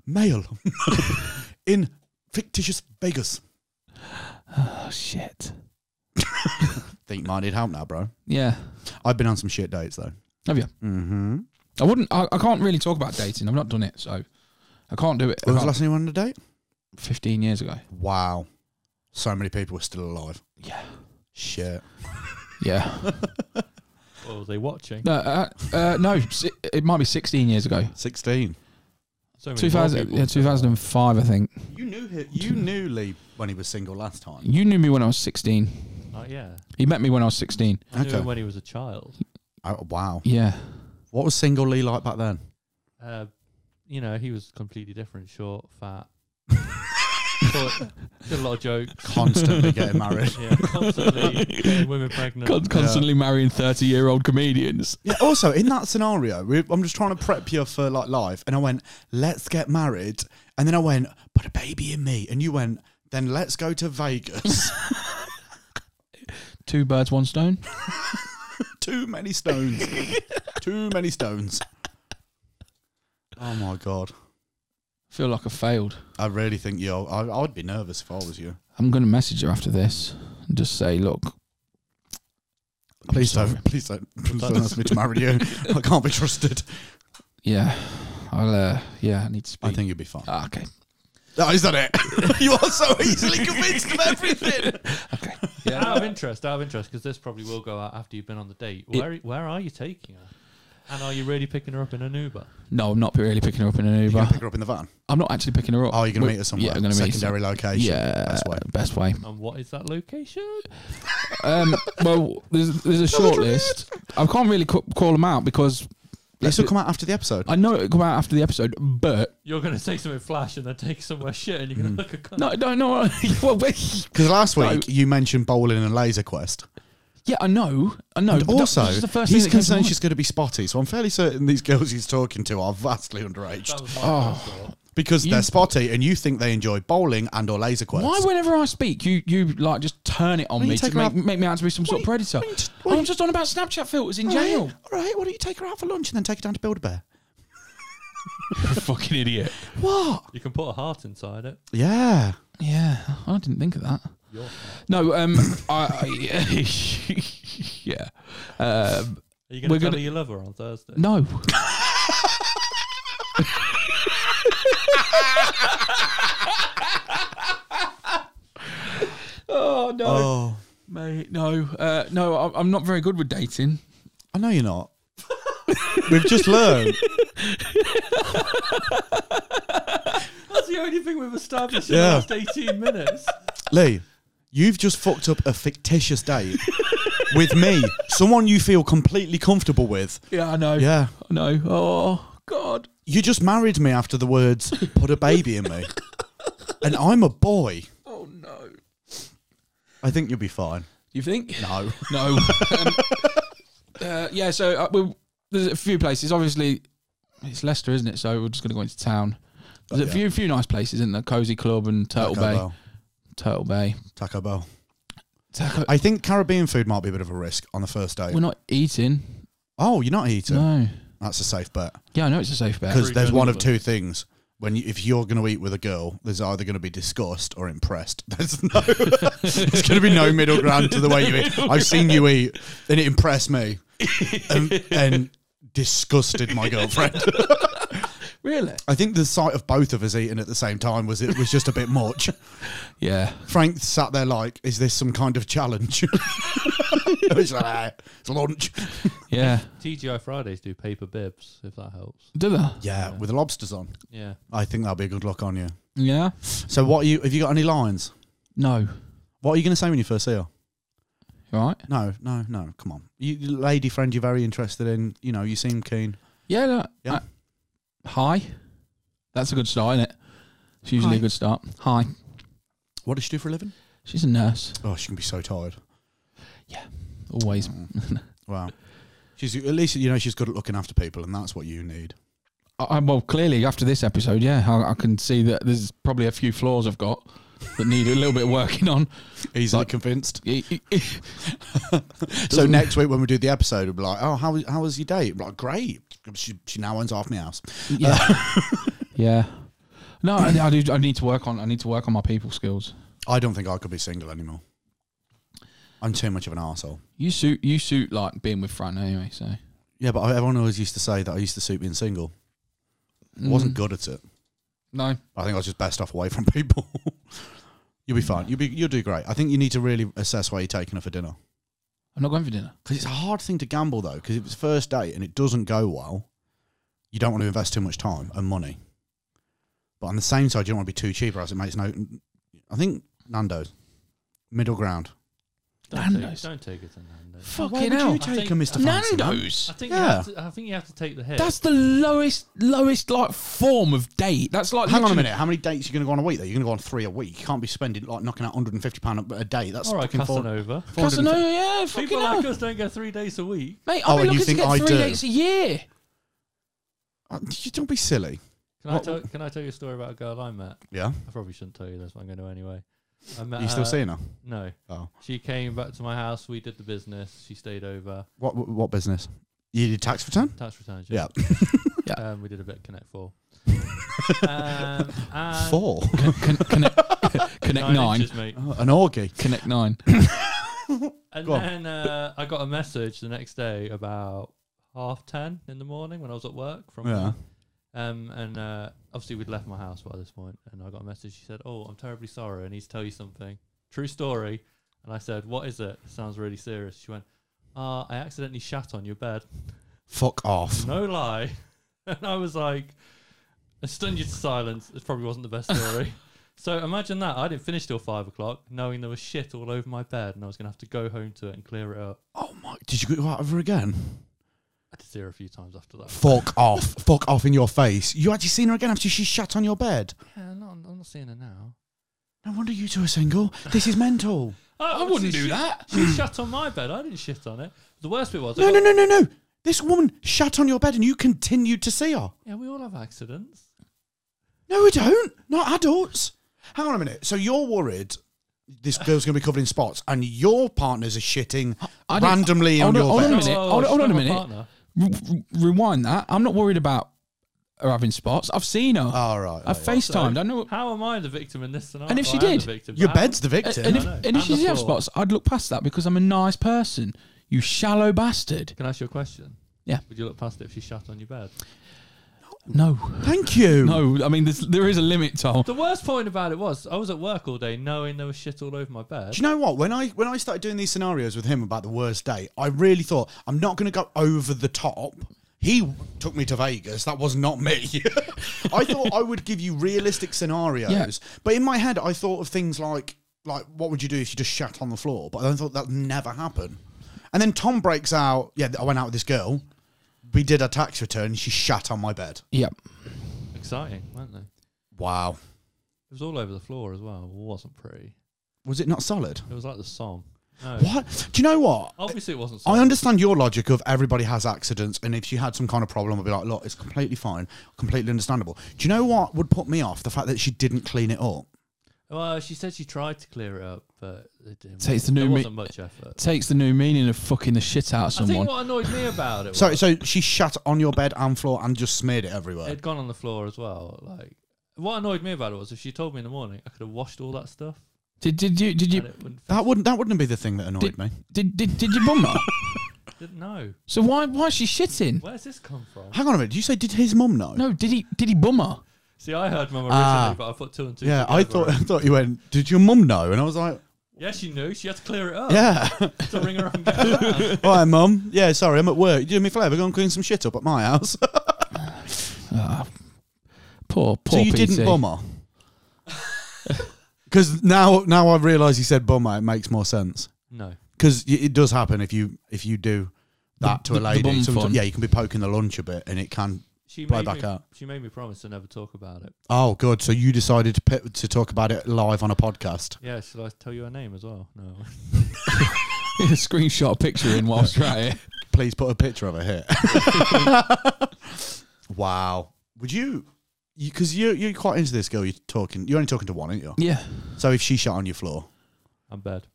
Speaker 4: male, in fictitious Vegas.
Speaker 5: oh shit.
Speaker 4: Think might need help now, bro.
Speaker 5: Yeah.
Speaker 4: I've been on some shit dates, though.
Speaker 5: Have you? Mm-hmm. I wouldn't. I, I can't really talk about dating. I've not done it, so I can't do it. I
Speaker 4: When was the
Speaker 5: can't-
Speaker 4: last time you went on a date?
Speaker 5: Fifteen years ago.
Speaker 4: Wow. So many people are still alive.
Speaker 5: Yeah.
Speaker 4: Shit.
Speaker 5: Yeah.
Speaker 6: What were Oh, they watching?
Speaker 5: no. Uh, uh, no. si- It might be sixteen years ago.
Speaker 4: 16.
Speaker 6: So many
Speaker 5: Two thousand.
Speaker 6: people.
Speaker 5: Yeah. Two thousand and five. I think.
Speaker 4: You knew him, you knew Lee when he was single last time.
Speaker 5: You knew me when I was sixteen.
Speaker 6: Oh, yeah.
Speaker 5: He met me when I was sixteen.
Speaker 6: I knew
Speaker 4: Okay.
Speaker 6: him when he was a child.
Speaker 4: Oh, wow.
Speaker 5: Yeah.
Speaker 4: What was single Lee like back then?
Speaker 6: Uh, you know, he was completely different. Short, fat. but did a lot of jokes.
Speaker 4: Constantly getting married.
Speaker 6: Yeah, constantly getting women pregnant.
Speaker 5: constantly marrying thirty-year-old comedians.
Speaker 4: Yeah, also, in that scenario, we, I'm just trying to prep you for like life. And I went, let's get married. And then I went, put a baby in me. And you went, then let's go to Vegas.
Speaker 5: Two birds, one stone.
Speaker 4: Too many stones. Too many stones. Oh my God.
Speaker 5: feel like I failed.
Speaker 4: I really think you're, I, I'd be nervous if I was you.
Speaker 5: I'm going to message her after this and just say, look,
Speaker 4: Please
Speaker 5: sorry.
Speaker 4: don't, please don't, please don't ask me to marry you. I can't be trusted.
Speaker 5: yeah, I'll, uh, yeah, I need to
Speaker 4: I
Speaker 5: speak.
Speaker 4: think you'd be fine.
Speaker 5: Ah, okay.
Speaker 4: Oh, is that it? you are so easily convinced of everything.
Speaker 5: Okay. Yeah.
Speaker 6: out of interest, out of interest, because this probably will go out after you've been on the date. Where where are you taking her? And are you really picking her up in an Uber?
Speaker 5: no, I'm not really picking her up in an
Speaker 4: You're
Speaker 5: Uber.
Speaker 4: going to pick her up in the van?
Speaker 5: I'm not actually picking her up.
Speaker 4: Oh, you're going to
Speaker 5: We-
Speaker 4: meet her somewhere.
Speaker 5: Yeah, I'm going to meet
Speaker 4: Secondary location.
Speaker 5: Yeah,
Speaker 4: Best way.
Speaker 5: Best way.
Speaker 6: And what is that location?
Speaker 5: Um, well, there's, there's a short list. I can't really ca- call them out because
Speaker 4: This will come out after the episode.
Speaker 5: I know it'll come out after the episode, but
Speaker 6: You're going to take something flash and then take somewhere shit and you're
Speaker 5: Mm.
Speaker 6: going to look a cunt.
Speaker 5: no, no, no. well, wait.
Speaker 4: Because last
Speaker 5: No.
Speaker 4: week you mentioned bowling and laser quest.
Speaker 5: Yeah, I know. I know.
Speaker 4: And
Speaker 5: but that-
Speaker 4: also,
Speaker 5: this is the first
Speaker 4: he's
Speaker 5: thing that came to
Speaker 4: concerned
Speaker 5: mind.
Speaker 4: she's going to be spotty, so I'm fairly certain these girls he's talking to are vastly underage
Speaker 6: That was my
Speaker 5: Oh.
Speaker 6: first thought.
Speaker 4: because they're spotty, and you think they enjoy bowling and or laser quests.
Speaker 5: Why, whenever I speak, you you like just turn it on
Speaker 4: you
Speaker 5: me
Speaker 4: take
Speaker 5: to
Speaker 4: her
Speaker 5: make,
Speaker 4: out-
Speaker 5: make me out to be some sort of
Speaker 4: Why don't you- why
Speaker 5: predator?
Speaker 4: don't you- Oh,
Speaker 5: Oh, I'm just on about Snapchat filters in jail.
Speaker 4: All right, why don't you take her out for lunch and then take her down to Build a Bear?
Speaker 5: Fucking idiot.
Speaker 4: What?
Speaker 6: You can put a heart inside it.
Speaker 4: Yeah.
Speaker 5: Yeah, I didn't think of that. No, um, I, I yeah, um,
Speaker 6: Are you going
Speaker 5: We're
Speaker 6: to tell
Speaker 5: gonna-
Speaker 6: her you love her on Thursday?
Speaker 5: no. oh no,
Speaker 4: Oh,
Speaker 5: mate, no, uh, no. I- I'm not very good with dating.
Speaker 4: I know you're not. We've just learned.
Speaker 6: That's the only thing we've established in
Speaker 4: Yeah.
Speaker 6: the last 18 minutes.
Speaker 4: Lee, you've just fucked up a fictitious date with me, someone you feel completely comfortable with.
Speaker 5: Yeah, I know.
Speaker 4: Yeah.
Speaker 5: I know. Oh God.
Speaker 4: You just married me after the words, put a baby in me. And I'm a boy.
Speaker 5: Oh no.
Speaker 4: I think you'll be fine.
Speaker 5: You think?
Speaker 4: No.
Speaker 5: No. um, uh, yeah, so uh, we there's a few places. Obviously, it's Leicester, isn't it? So we're just going to go into town. There's a
Speaker 4: yeah.
Speaker 5: few few nice places, isn't there? Cozy Club and Turtle Bay.
Speaker 4: Taco Bell.
Speaker 5: Turtle Bay.
Speaker 4: Taco Bell.
Speaker 5: Taco-
Speaker 4: I think Caribbean food might be a bit of a risk on the first date.
Speaker 5: we're not eating.
Speaker 4: Oh, you're not eating.
Speaker 5: No.
Speaker 4: That's a safe bet.
Speaker 5: Yeah, I know it's a safe bet.
Speaker 4: Because there's one of two things. When you, if you're going to eat with a girl, there's either going to be disgusted or impressed. There's no, there's going to be no middle ground to the way you eat. I've seen you eat, and it impressed me, and, and disgusted my girlfriend.
Speaker 5: Really?
Speaker 4: I think the sight of both of us eating at the same time was it was just a bit much.
Speaker 5: Yeah.
Speaker 4: Frank sat there like, "Is this some kind of challenge?" I was like, "Ah, "It's lunch."
Speaker 5: Yeah.
Speaker 6: TGI Fridays do paper bibs, if that helps.
Speaker 5: Do they?
Speaker 4: Yeah, with the lobsters on.
Speaker 6: Yeah.
Speaker 4: I think that'll be a good look on you.
Speaker 5: Yeah.
Speaker 4: So, what are you? Have you got any lines?
Speaker 5: No.
Speaker 4: What are you going to say when you first see her?
Speaker 5: Right?
Speaker 4: No, no, no. Come on, you you lady friend, you're very interested in. You know, you seem keen.
Speaker 5: Yeah. No,
Speaker 4: Yeah.
Speaker 5: uh, hi. That's a good start, isn't it? It's usually
Speaker 4: Hi.
Speaker 5: a good start. Hi.
Speaker 4: What does she do for a living?
Speaker 5: She's a nurse.
Speaker 4: Oh, she can be so tired.
Speaker 5: Always.
Speaker 4: Wow. She's at least you know she's good at looking after people, and that's what you need.
Speaker 5: I, I- well, clearly after this episode, yeah, I, I can see that there's probably a few flaws I've got that need a little bit of working on.
Speaker 4: Easily convinced.
Speaker 5: E- e- e-
Speaker 4: So next week when we do the episode, we'll be like, "Oh, how was- how was your date?" We're like, "Great." She, she now owns half my house.
Speaker 5: yeah, yeah. Uh, No, I, I do. I need to work on. I need to work on my people skills.
Speaker 4: I don't think I could be single anymore. I'm too much of an arsehole.
Speaker 5: You suit. You suit like being with Fran anyway. So
Speaker 4: Yeah, but I- everyone always used to say that I used to suit being single. I wasn't good at it.
Speaker 5: Mm. no.
Speaker 4: I think I was just best off away from people. you'll be fine. You'll be you'll do great. I think you need to really assess where you're taking her for dinner
Speaker 5: I'm not going for dinner.
Speaker 4: because it's a hard thing to gamble though. Because if it's first date and it doesn't go well, you don't want to invest too much time and money. But on the same side, you don't want to be too cheap, or else it makes no. I think Nando's middle ground.
Speaker 6: Don't, take,
Speaker 5: Nando's.
Speaker 6: don't take it to Nando's.
Speaker 5: Fucking
Speaker 4: would
Speaker 5: hell.
Speaker 4: you take
Speaker 6: think-
Speaker 4: her, Mister Fancy?
Speaker 5: Nando's.
Speaker 6: I think,
Speaker 4: Yeah.
Speaker 6: you have to, I think you have to take the hit.
Speaker 5: That's the lowest, lowest like form of date. That's like.
Speaker 4: Hang on a
Speaker 5: literally-
Speaker 4: minute. How many dates are you going to go on a week? Though you're going to go on three a week. You can't be spending like knocking out 150 pound a a day. That's
Speaker 6: All right,
Speaker 4: fucking four.
Speaker 6: Casanova.
Speaker 5: Casanova, yeah, fucking
Speaker 6: People
Speaker 5: hell.
Speaker 6: like us don't go three days a week.
Speaker 5: Mate,
Speaker 4: Oh,
Speaker 5: I'll be
Speaker 4: and you
Speaker 5: looking to
Speaker 4: think
Speaker 5: get
Speaker 4: I
Speaker 5: three
Speaker 4: do?
Speaker 5: dates a year.
Speaker 4: Uh, you don't be silly.
Speaker 6: Can I tell? Can I tell you a story about a girl I met?
Speaker 4: Yeah.
Speaker 6: I probably shouldn't tell you this, but I'm going to anyway. I met
Speaker 4: Are you still
Speaker 6: her-
Speaker 4: seeing her?
Speaker 6: No.
Speaker 4: Oh.
Speaker 6: She came back to my house. We did the business. She stayed over.
Speaker 4: What what- what business? You did tax return?
Speaker 6: Tax returns.
Speaker 4: Yeah.
Speaker 6: Um, we did a bit of Connect Four. um, and
Speaker 4: Four.
Speaker 5: Uh, Con- connect, connect
Speaker 6: Nine,
Speaker 5: nine.
Speaker 6: inches, mate.
Speaker 4: Oh, An orgy.
Speaker 5: Connect nine.
Speaker 6: And
Speaker 4: Go on.
Speaker 6: then uh, I got a message the next day about half ten in the morning when I was at work from her.
Speaker 4: Yeah.
Speaker 6: Um, and uh, obviously we'd left my house by this point, and I got a message. She said, "Oh, I'm terribly sorry. I need to tell you something. True story." And I said, "What is it? Sounds really serious." She went, "Ah, I accidentally shat on your bed.
Speaker 4: Fuck off.
Speaker 6: No lie." And I was like, I stunned you to silence. It probably wasn't the best story. so imagine that. I didn't finish till five o'clock, knowing there was shit all over my bed, and I was gonna have to go home to it and clear it up.
Speaker 4: Oh my! Did you go out of her again?
Speaker 6: I did see her a few times after that.
Speaker 4: Fuck off! Fuck off in your face! You actually seen her again after she shat on your bed?
Speaker 6: Yeah, I'm not, I'm not seeing her now.
Speaker 4: No wonder you two are single. This is mental.
Speaker 5: I wouldn't do
Speaker 6: she-
Speaker 5: that.
Speaker 6: She shut on my bed. I didn't shit on it. The worst bit was. I
Speaker 4: No,
Speaker 6: got-
Speaker 4: no, no, no, no. This woman shat on your bed and you continued to see her.
Speaker 6: Yeah, we all have accidents.
Speaker 4: No, we don't. Not adults. Hang on a minute. So you're worried this girl's going to be covered in spots and your partners are shitting
Speaker 5: I don't-
Speaker 4: randomly on your
Speaker 5: hold hold
Speaker 4: bed.
Speaker 5: on a minute.
Speaker 6: Oh,
Speaker 5: Hold,
Speaker 6: she's
Speaker 5: hold on a
Speaker 6: not my
Speaker 5: minute.
Speaker 6: partner.
Speaker 5: R- r- rewind that. I'm not worried about her having spots. I've seen her.
Speaker 4: All right.
Speaker 5: I've FaceTimed. I know.
Speaker 6: How am I the victim in this scenario?
Speaker 5: And if she
Speaker 6: I am
Speaker 5: did,
Speaker 6: the victim,
Speaker 4: your
Speaker 6: but
Speaker 4: bed's the
Speaker 5: And
Speaker 4: victim.
Speaker 5: and if,
Speaker 6: I know.
Speaker 5: and if
Speaker 6: And
Speaker 5: she
Speaker 6: the
Speaker 5: did have
Speaker 6: floor.
Speaker 5: spots, I'd look past that because I'm a nice person. You shallow bastard.
Speaker 6: Can I ask you a question?
Speaker 5: Yeah.
Speaker 6: Would you look past it if she shat on your bed?
Speaker 5: No.
Speaker 4: Thank you.
Speaker 5: No, I mean, there's, there is a limit, Tom.
Speaker 6: The worst point about it was I was at work all day knowing there was shit all over my bed.
Speaker 4: Do you know what? When I when I started doing these scenarios with him about the worst date, I really thought I'm not going to go over the top. He took me to Vegas. That was not me. I thought I would give you realistic scenarios,
Speaker 5: Yeah.
Speaker 4: but in my head, I thought of things like like what would you do if you just shat on the floor? But I thought that would never happen. And then Tom breaks out. Yeah, I went out with this girl. We did a tax return. She shat on my bed.
Speaker 5: Yep.
Speaker 6: Exciting, weren't they? It
Speaker 4: Wow.
Speaker 6: was all over the floor as well. It wasn't pretty.
Speaker 4: Was it not solid?
Speaker 6: It was like the song. No.
Speaker 4: What? Do you know what?
Speaker 6: Obviously, it
Speaker 4: I
Speaker 6: wasn't. solid.
Speaker 4: understand your logic of everybody has accidents, and if she had some kind of problem, I'd be like, look, it's completely fine, completely understandable. Do you know what would put me off? The fact that she didn't clean it up.
Speaker 6: Well, she said she tried to clear it up, but it didn't.
Speaker 5: Takes the
Speaker 6: there
Speaker 5: new me-
Speaker 6: wasn't much effort.
Speaker 5: Takes the new meaning of fucking the shit out of
Speaker 6: I think
Speaker 5: someone.
Speaker 6: what annoyed me about it was
Speaker 4: So, so she shat on your bed and floor and just smeared it
Speaker 6: it
Speaker 4: everywhere.
Speaker 6: had gone on the floor as well. Like, what annoyed me about it was if she told me in the morning, I could have washed all that stuff.
Speaker 5: Did, did you did
Speaker 6: And
Speaker 5: you
Speaker 6: it wouldn't.
Speaker 4: That wouldn't that wouldn't be the thing that annoyed
Speaker 5: did,
Speaker 4: me.
Speaker 5: did, did, did your mum know?
Speaker 6: Didn't know.
Speaker 5: So why why is she shitting?
Speaker 6: Where's this come from?
Speaker 4: Hang on a minute. Did you say did his mum know?
Speaker 5: No, did he did he bum her?
Speaker 6: See, I heard mum originally,
Speaker 4: Ah.
Speaker 6: but I put two and two.
Speaker 4: Yeah, I
Speaker 6: together.
Speaker 4: thought I thought you went. Did your mum know? And I was like,
Speaker 6: Yeah, she knew. She had to clear it
Speaker 5: Oh.
Speaker 6: up.
Speaker 4: yeah.
Speaker 6: To ring her up and get her down.
Speaker 4: All right, mum. Yeah, sorry, I'm at work. You do me a favour, go and clean some shit up at my house.
Speaker 5: Poor
Speaker 4: So
Speaker 5: poor.
Speaker 4: you
Speaker 5: PT.
Speaker 4: didn't bummer. Because now, now I realise you said bummer. It makes more sense.
Speaker 6: No.
Speaker 4: Because it does happen if you if you do that to
Speaker 5: The-
Speaker 4: a
Speaker 5: the
Speaker 4: lady.
Speaker 5: bum
Speaker 4: sometime-
Speaker 5: fun.
Speaker 4: yeah, you can be poking the lunch a bit, and it can.
Speaker 6: She
Speaker 4: Play
Speaker 6: made
Speaker 4: back
Speaker 6: me,
Speaker 4: out.
Speaker 6: She made me promise to never talk about it.
Speaker 4: Oh, good. So you decided to pi- to talk about it live on a podcast.
Speaker 6: Yeah, shall I tell you her name as well? No.
Speaker 5: Screenshot a picture in whilst you're at it.
Speaker 4: Please put a picture of it here. wow. Would you? Because you, you are quite into this girl. You're talking. You're only talking to one, aren't you?
Speaker 5: Yeah.
Speaker 4: So if she shot on your floor
Speaker 6: I'm bad.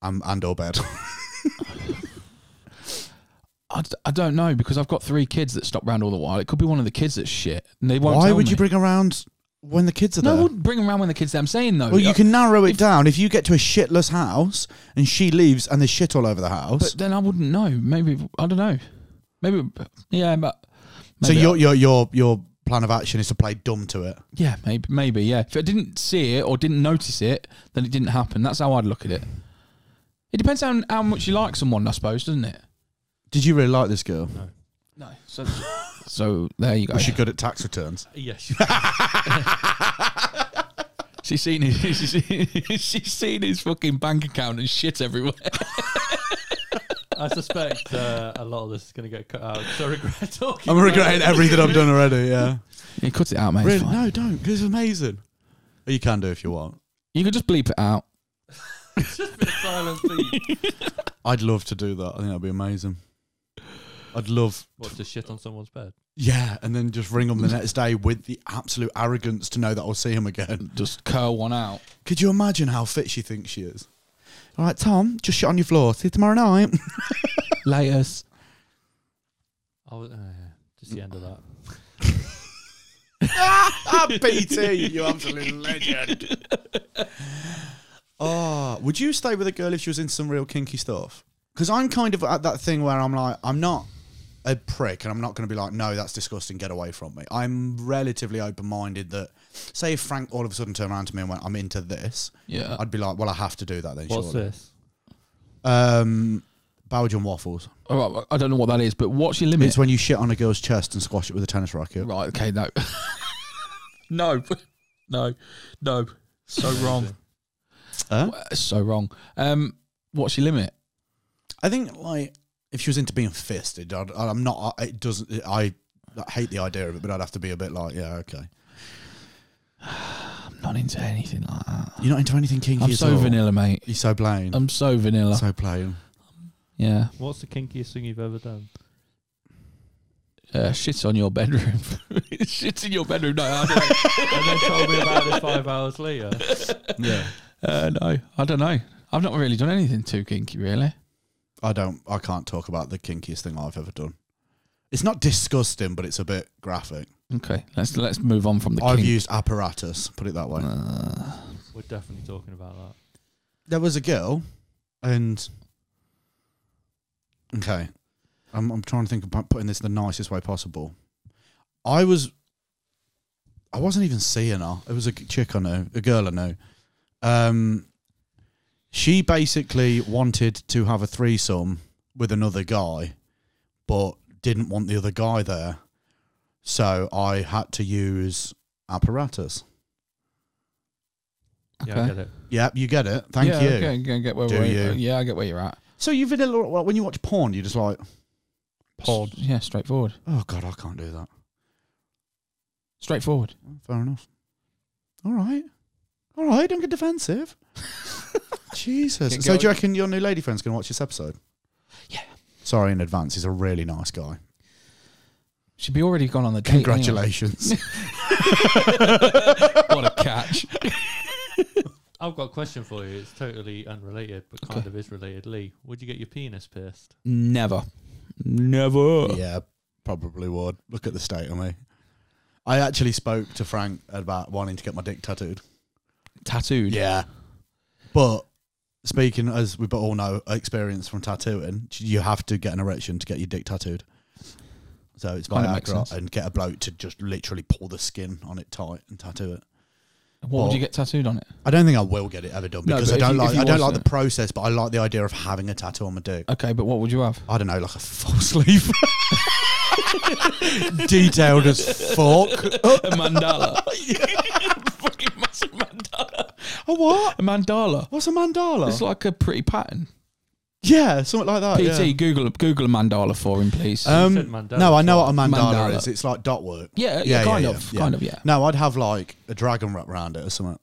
Speaker 4: and and or bed.
Speaker 5: I, d- I don't know because I've got three kids that stop round all the while. It could be one of the kids that's shit. And they won't
Speaker 4: Why
Speaker 5: tell
Speaker 4: would you
Speaker 5: me.
Speaker 4: bring around when the kids are
Speaker 5: No, Uh,
Speaker 4: there?
Speaker 5: we'll bring them around when the kids. I'm saying though.
Speaker 4: Well, you can narrow it down. If you get to a shitless house and she leaves and there's shit all over the
Speaker 5: But
Speaker 4: house,
Speaker 5: then I wouldn't know. Maybe I don't know. Maybe yeah, but
Speaker 4: so
Speaker 5: maybe I-
Speaker 4: your your your your plan of action is to play dumb to it.
Speaker 5: Yeah, maybe, maybe, yeah. If I didn't see it or didn't notice it, then it didn't happen. That's how I'd look at it. It depends on how much you like someone, I suppose, doesn't it?
Speaker 4: Did you really like this girl?
Speaker 5: No. So, so there you go.
Speaker 4: Was she good at tax returns?
Speaker 6: Yeah, she,
Speaker 5: She's seen his. She's seen, she's seen his fucking bank account and shit everywhere.
Speaker 6: I suspect uh, a lot of this is going to get cut out. So I regret talking.
Speaker 4: I'm
Speaker 6: about
Speaker 4: regretting
Speaker 6: it.
Speaker 4: everything I've done already. Yeah,
Speaker 5: Yeah, cut it out, mate.
Speaker 4: really?
Speaker 5: it's fine.
Speaker 4: No, don't. 'cause It's amazing. Or You can do if you want.
Speaker 5: You could just bleep it out.
Speaker 6: Just been a silent beat.
Speaker 4: I'd love to do that. I think that'd be amazing. I'd love.
Speaker 6: What to shit on someone's bed?
Speaker 4: Yeah, and then just ring him the next day with the absolute arrogance to know that I'll see him again.
Speaker 5: Just curl one out.
Speaker 4: Could you imagine how fit she thinks she is? All right, Tom, just shit on your floor. See you tomorrow night.
Speaker 5: Layers.
Speaker 6: I was, uh, just the end of
Speaker 5: Mm,
Speaker 6: that.
Speaker 4: BT, Ah, you absolute legend. Oh, would you stay with a girl if she was into some real kinky stuff? Because I'm kind of at that thing where I'm like, I'm not a prick and I'm not going to be like, no, that's disgusting, get away from me. I'm relatively open minded that, say, if Frank all of a sudden turned around to me and went, I'm into this,
Speaker 5: Yeah.
Speaker 4: I'd be like, well, I have to do that then,
Speaker 6: What's
Speaker 4: surely.
Speaker 6: this?
Speaker 4: Um, Belgian waffles.
Speaker 5: All right, I don't know what that is, but what's your limit?
Speaker 4: It's when you shit on a girl's chest and squash it with a tennis racket.
Speaker 5: right. Okay. No. no. No. No.
Speaker 6: Oh,
Speaker 5: So wrong.
Speaker 4: Huh?
Speaker 5: That's so wrong. Um, what's your limit?
Speaker 4: I think like if she was into being fisted, I'd, I'm not. It doesn't. I hate the idea of it, but I'd have to be a bit like, yeah, okay.
Speaker 5: not into anything like that.
Speaker 4: You're not into anything kinky
Speaker 5: I'm
Speaker 4: at
Speaker 5: so
Speaker 4: all.
Speaker 5: vanilla, mate.
Speaker 4: You're so plain.
Speaker 5: I'm so vanilla.
Speaker 4: so plain.
Speaker 5: yeah.
Speaker 6: What's the kinkiest thing you've ever done?
Speaker 5: Uh, shits on your bedroom. shits in your bedroom. No, I don't.
Speaker 6: And then told me about it five hours later.
Speaker 4: Yeah.
Speaker 5: Uh, no, I don't know. I've not really done anything too kinky, really.
Speaker 4: I don't. I can't talk about the kinkiest thing I've ever done. It's not disgusting, but it's a bit graphic.
Speaker 5: Okay, let's let's move on from the
Speaker 4: I've
Speaker 5: kink.
Speaker 4: used apparatus. Put it that way.
Speaker 5: Uh,
Speaker 6: We're definitely talking about that.
Speaker 4: There was a girl, and okay, I'm, I'm trying to think about putting this the nicest way possible. I was, I wasn't even seeing her. It was a g- chick I know, a girl I know. Um, she basically wanted to have a threesome with another guy, but didn't want the other guy there. So I had to use apparatus.
Speaker 6: Yeah, I
Speaker 5: Okay.
Speaker 6: get it.
Speaker 4: Yep, you get it. Thank
Speaker 5: yeah,
Speaker 4: you.
Speaker 5: Okay, I get where
Speaker 4: Do
Speaker 5: we're,
Speaker 4: you?
Speaker 5: Yeah, I get where you're at.
Speaker 4: So you vanilla well, when you watch porn, you're just like, Porn.
Speaker 5: S- Yeah, straightforward.
Speaker 4: oh god, I can't do that.
Speaker 5: Straightforward.
Speaker 4: Fair enough. All right, all right. Don't get defensive. Jesus.
Speaker 5: Get
Speaker 4: so do you
Speaker 5: going.
Speaker 4: reckon your new lady friend's gonna watch this episode?
Speaker 5: Yeah.
Speaker 4: Sorry in advance. He's a really nice guy.
Speaker 5: Should be already gone on the date. anyway.
Speaker 4: Congratulations.
Speaker 5: What a catch.
Speaker 6: I've got a question for you. It's totally unrelated, but kind of is related. Lee, would you get your penis pierced?
Speaker 5: Never. Never.
Speaker 4: yeah, probably would. Look at the state of me. I actually spoke to Frank about wanting to get my dick tattooed.
Speaker 5: Tattooed.
Speaker 4: Yeah. But speaking as we all know, experience from tattooing, you have to get an erection to get your dick tattooed. So it's
Speaker 5: Kinda
Speaker 4: Viagra
Speaker 5: makes sense.
Speaker 4: and get a bloke to just literally pull the skin on it tight and tattoo it.
Speaker 5: What
Speaker 4: Well,
Speaker 5: would you get tattooed on it?
Speaker 4: I don't think I will get it ever done
Speaker 5: No,
Speaker 4: because
Speaker 5: but
Speaker 4: I
Speaker 5: if
Speaker 4: don't
Speaker 5: you- if
Speaker 4: like
Speaker 5: you
Speaker 4: I don't
Speaker 5: want
Speaker 4: like the
Speaker 5: to.
Speaker 4: process, but I like the idea of having a tattoo on my dick.
Speaker 5: Okay, but what would you have?
Speaker 4: I don't know, like a full sleeve. Detailed as fuck.
Speaker 5: A mandala. Fucking massive mandala.
Speaker 4: A what?
Speaker 5: A mandala.
Speaker 4: What's a mandala?
Speaker 5: It's like a pretty pattern.
Speaker 4: yeah, something like that.
Speaker 5: PT,
Speaker 4: yeah.
Speaker 5: Google Google a mandala for him, please.
Speaker 4: Um,
Speaker 6: said mandala
Speaker 4: no, I know what a mandala,
Speaker 5: Mandala.
Speaker 4: is. It's like dot work.
Speaker 5: Yeah, yeah, kind of, kind of, yeah.
Speaker 4: No, I'd have like a dragon wrap around it or something.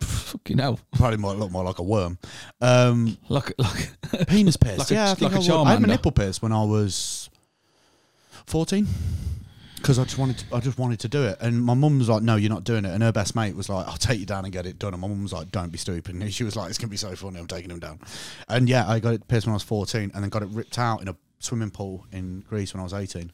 Speaker 5: Fucking hell.
Speaker 4: Probably might look more like a worm. Um,
Speaker 5: Look, look.
Speaker 4: penis pierced.
Speaker 5: Like a-
Speaker 4: yeah, I think
Speaker 5: like a
Speaker 4: I, would. I had my
Speaker 5: Charmander.
Speaker 4: nipple pierced when I was fourteen because I just wanted to, I just wanted to do it, and my mum was like, "No, you're not doing it." And her best mate was like, "I'll take you down and get it done." And my mum was like, "Don't be stupid." And she was like, "It's gonna be so funny. I'm taking him down." And yeah, I got it pierced when I was fourteen, and then got it ripped out in a swimming pool in Greece when I was eighteen.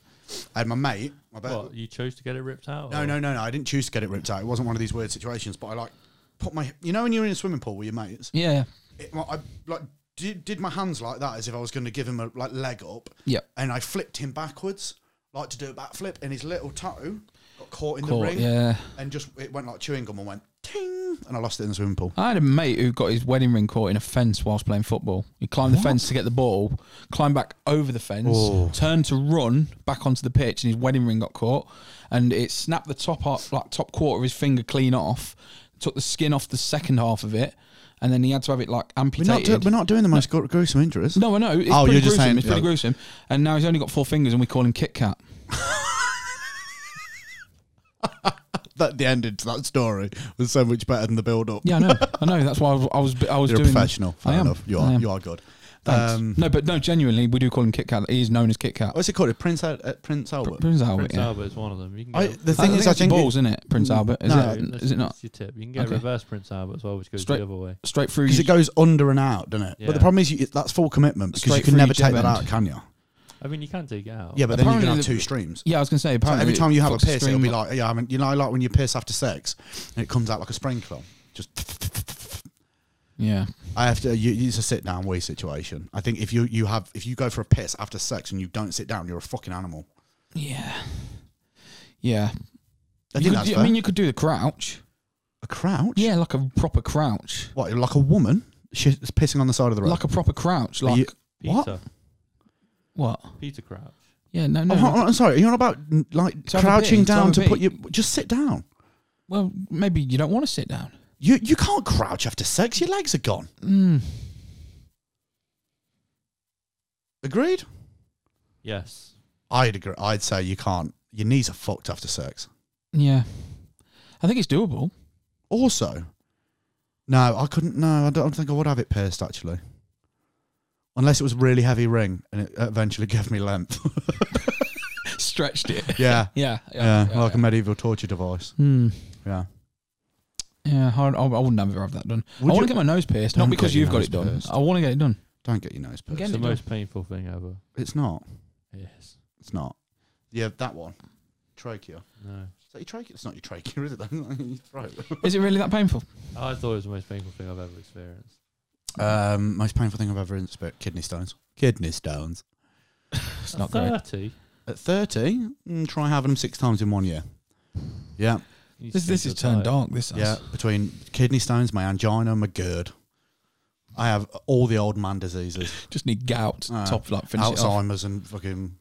Speaker 4: I had my mate, my best,
Speaker 6: What, you chose to get it ripped out?
Speaker 4: No,
Speaker 6: or-
Speaker 4: no, no, no. I didn't choose to get it ripped out. It wasn't one of these weird situations, but I like put my. You know when you're in a swimming pool with your mates,
Speaker 5: Yeah.
Speaker 4: it, I I, like did, did my hands like that as if I was going to give him a like leg up.
Speaker 5: Yep.
Speaker 4: And I flipped him backwards, like to do a backflip, and his little toe got caught in
Speaker 5: Caught,
Speaker 4: the ring.
Speaker 5: yeah.
Speaker 4: And just it went like chewing gum and went ting, and I lost it in the swimming pool.
Speaker 5: I had a mate who got his wedding ring caught in a fence whilst playing football. He climbed the fence to get the ball, climbed back over the fence,
Speaker 4: Oh.
Speaker 5: turned to run back onto the pitch, and his wedding ring got caught. And it snapped the top up, like top quarter of his finger clean off, took the skin off the second half of it, and then he had to have it like
Speaker 4: We're not, do,
Speaker 5: amputated.
Speaker 4: we're not doing the most gru- gruesome injuries.
Speaker 5: no, I know. It's
Speaker 4: Oh, you're
Speaker 5: pretty
Speaker 4: just
Speaker 5: gruesome,
Speaker 4: saying-
Speaker 5: it's pretty
Speaker 4: yeah.
Speaker 5: gruesome. And now he's only got four fingers, and we call him Kit Kat.
Speaker 4: That the ending to that story was so much better than the build up.
Speaker 5: Yeah, I know. I know. That's why I was. I was, I was
Speaker 4: you're a
Speaker 5: doing.
Speaker 4: professional. Fair
Speaker 5: I am.
Speaker 4: enough. You
Speaker 5: I
Speaker 4: are.
Speaker 5: am.
Speaker 4: You are good.
Speaker 5: Thanks.
Speaker 4: Um,
Speaker 5: no, but no. Genuinely, we do call him Kit Kat. He is known as Kit Kat.
Speaker 4: what's it called? Prince Al- uh, Prince Albert.
Speaker 5: Prince Albert.
Speaker 6: Prince
Speaker 5: Oh, yeah.
Speaker 6: Albert is one of them. You can get
Speaker 4: I,
Speaker 6: a-
Speaker 4: the thing is, I
Speaker 5: that's
Speaker 4: think it-
Speaker 5: balls, is isn't it? Prince Albert. Is,
Speaker 4: No,
Speaker 5: it,
Speaker 6: that's-
Speaker 5: is it not
Speaker 6: that's your tip. You can get
Speaker 5: Okay.
Speaker 6: a reverse Prince Albert as well, which goes
Speaker 5: Straight-
Speaker 6: the other way.
Speaker 5: straight through?
Speaker 4: because
Speaker 5: You,
Speaker 4: it goes under and out, doesn't it? But the
Speaker 6: Yeah.
Speaker 4: problem is, you, that's full commitment because you
Speaker 5: Straight
Speaker 4: can
Speaker 5: through
Speaker 4: never
Speaker 5: your
Speaker 4: take
Speaker 5: jib
Speaker 4: that
Speaker 5: end.
Speaker 4: out, can you?
Speaker 6: I mean, you can take it out.
Speaker 4: Yeah, but then you're gonna
Speaker 5: Apparently
Speaker 4: have
Speaker 5: the-
Speaker 4: two streams.
Speaker 5: yeah, I was gonna say.
Speaker 4: So
Speaker 5: Apparently,
Speaker 4: every time you have a
Speaker 5: fucks the
Speaker 4: piss, it'll be
Speaker 5: stream up.
Speaker 4: like, yeah, I mean, you know, like when you piss after sex and it comes out like a sprinkler. Just,
Speaker 5: yeah,
Speaker 4: I have to. You, it's a sit down wee situation. I think if you you have if you go for a piss after sex and you don't sit down, you're a fucking animal.
Speaker 5: yeah, yeah.
Speaker 4: I
Speaker 5: You
Speaker 4: think
Speaker 5: could
Speaker 4: that's
Speaker 5: do-
Speaker 4: fair.
Speaker 5: I mean, you could do the crouch.
Speaker 4: a crouch.
Speaker 5: Yeah, like a proper crouch,
Speaker 4: What? Like a woman? She's pissing on the side of the road.
Speaker 5: like a proper crouch,
Speaker 4: Are
Speaker 5: like
Speaker 4: you-
Speaker 6: Peter.
Speaker 4: what?
Speaker 5: what?
Speaker 6: Peter Crouch.
Speaker 5: Yeah, no, no.
Speaker 4: I'm, not- I'm Oh, sorry. You're not about n- like
Speaker 5: To have a
Speaker 4: crouching
Speaker 5: pee, to have
Speaker 4: down
Speaker 5: a
Speaker 4: to
Speaker 5: pee.
Speaker 4: put your. Just sit down.
Speaker 5: well, maybe you don't want to sit down.
Speaker 4: You you can't crouch after sex. Your legs are gone. Agreed.
Speaker 6: Yes.
Speaker 4: I'd agree. I'd say you can't. Your knees are fucked after sex.
Speaker 5: Yeah, I think it's doable.
Speaker 4: Also, no, I couldn't. No, I don't think I would have it pierced actually, unless it was a really heavy ring and it eventually gave me length.
Speaker 5: Stretched it.
Speaker 4: yeah,
Speaker 5: Yeah.
Speaker 4: yeah,
Speaker 5: Yeah.
Speaker 4: like a medieval torture device.
Speaker 5: Hmm.
Speaker 4: Yeah,
Speaker 5: Yeah, I, I, I would never have that done.
Speaker 4: Would
Speaker 5: I want
Speaker 4: you-
Speaker 5: to get my nose pierced,
Speaker 4: Don't
Speaker 5: not because
Speaker 4: get your
Speaker 5: you've got
Speaker 4: nose
Speaker 5: it done.
Speaker 4: pierced.
Speaker 5: I want to get it done.
Speaker 4: don't get your nose pierced.
Speaker 5: Again,
Speaker 6: It's the
Speaker 5: it does.
Speaker 6: most painful thing ever.
Speaker 4: It's not.
Speaker 6: Yes.
Speaker 4: It's not. Yeah, that one. Trachea.
Speaker 6: No.
Speaker 4: Is that your trachea? It's not your trachea, is it? Then? your throat.
Speaker 5: is it really that painful?
Speaker 6: I thought it was the most painful thing I've ever experienced.
Speaker 4: Um, most painful thing I've ever experienced: kidney stones. Kidney stones.
Speaker 5: It's
Speaker 6: At
Speaker 5: not great.
Speaker 6: 30.
Speaker 4: At thirty, mm, try having them six times in one year. Yeah,
Speaker 6: you
Speaker 5: This, this
Speaker 6: think
Speaker 5: is
Speaker 6: you're
Speaker 5: turned
Speaker 6: tired.
Speaker 5: dark. This
Speaker 4: yeah.
Speaker 5: has.
Speaker 4: Between kidney stones, my angina, my GERD, I have all the old man diseases,
Speaker 5: Just need gout.
Speaker 4: Uh,
Speaker 5: top like finish it off.
Speaker 4: Alzheimer's, and fucking.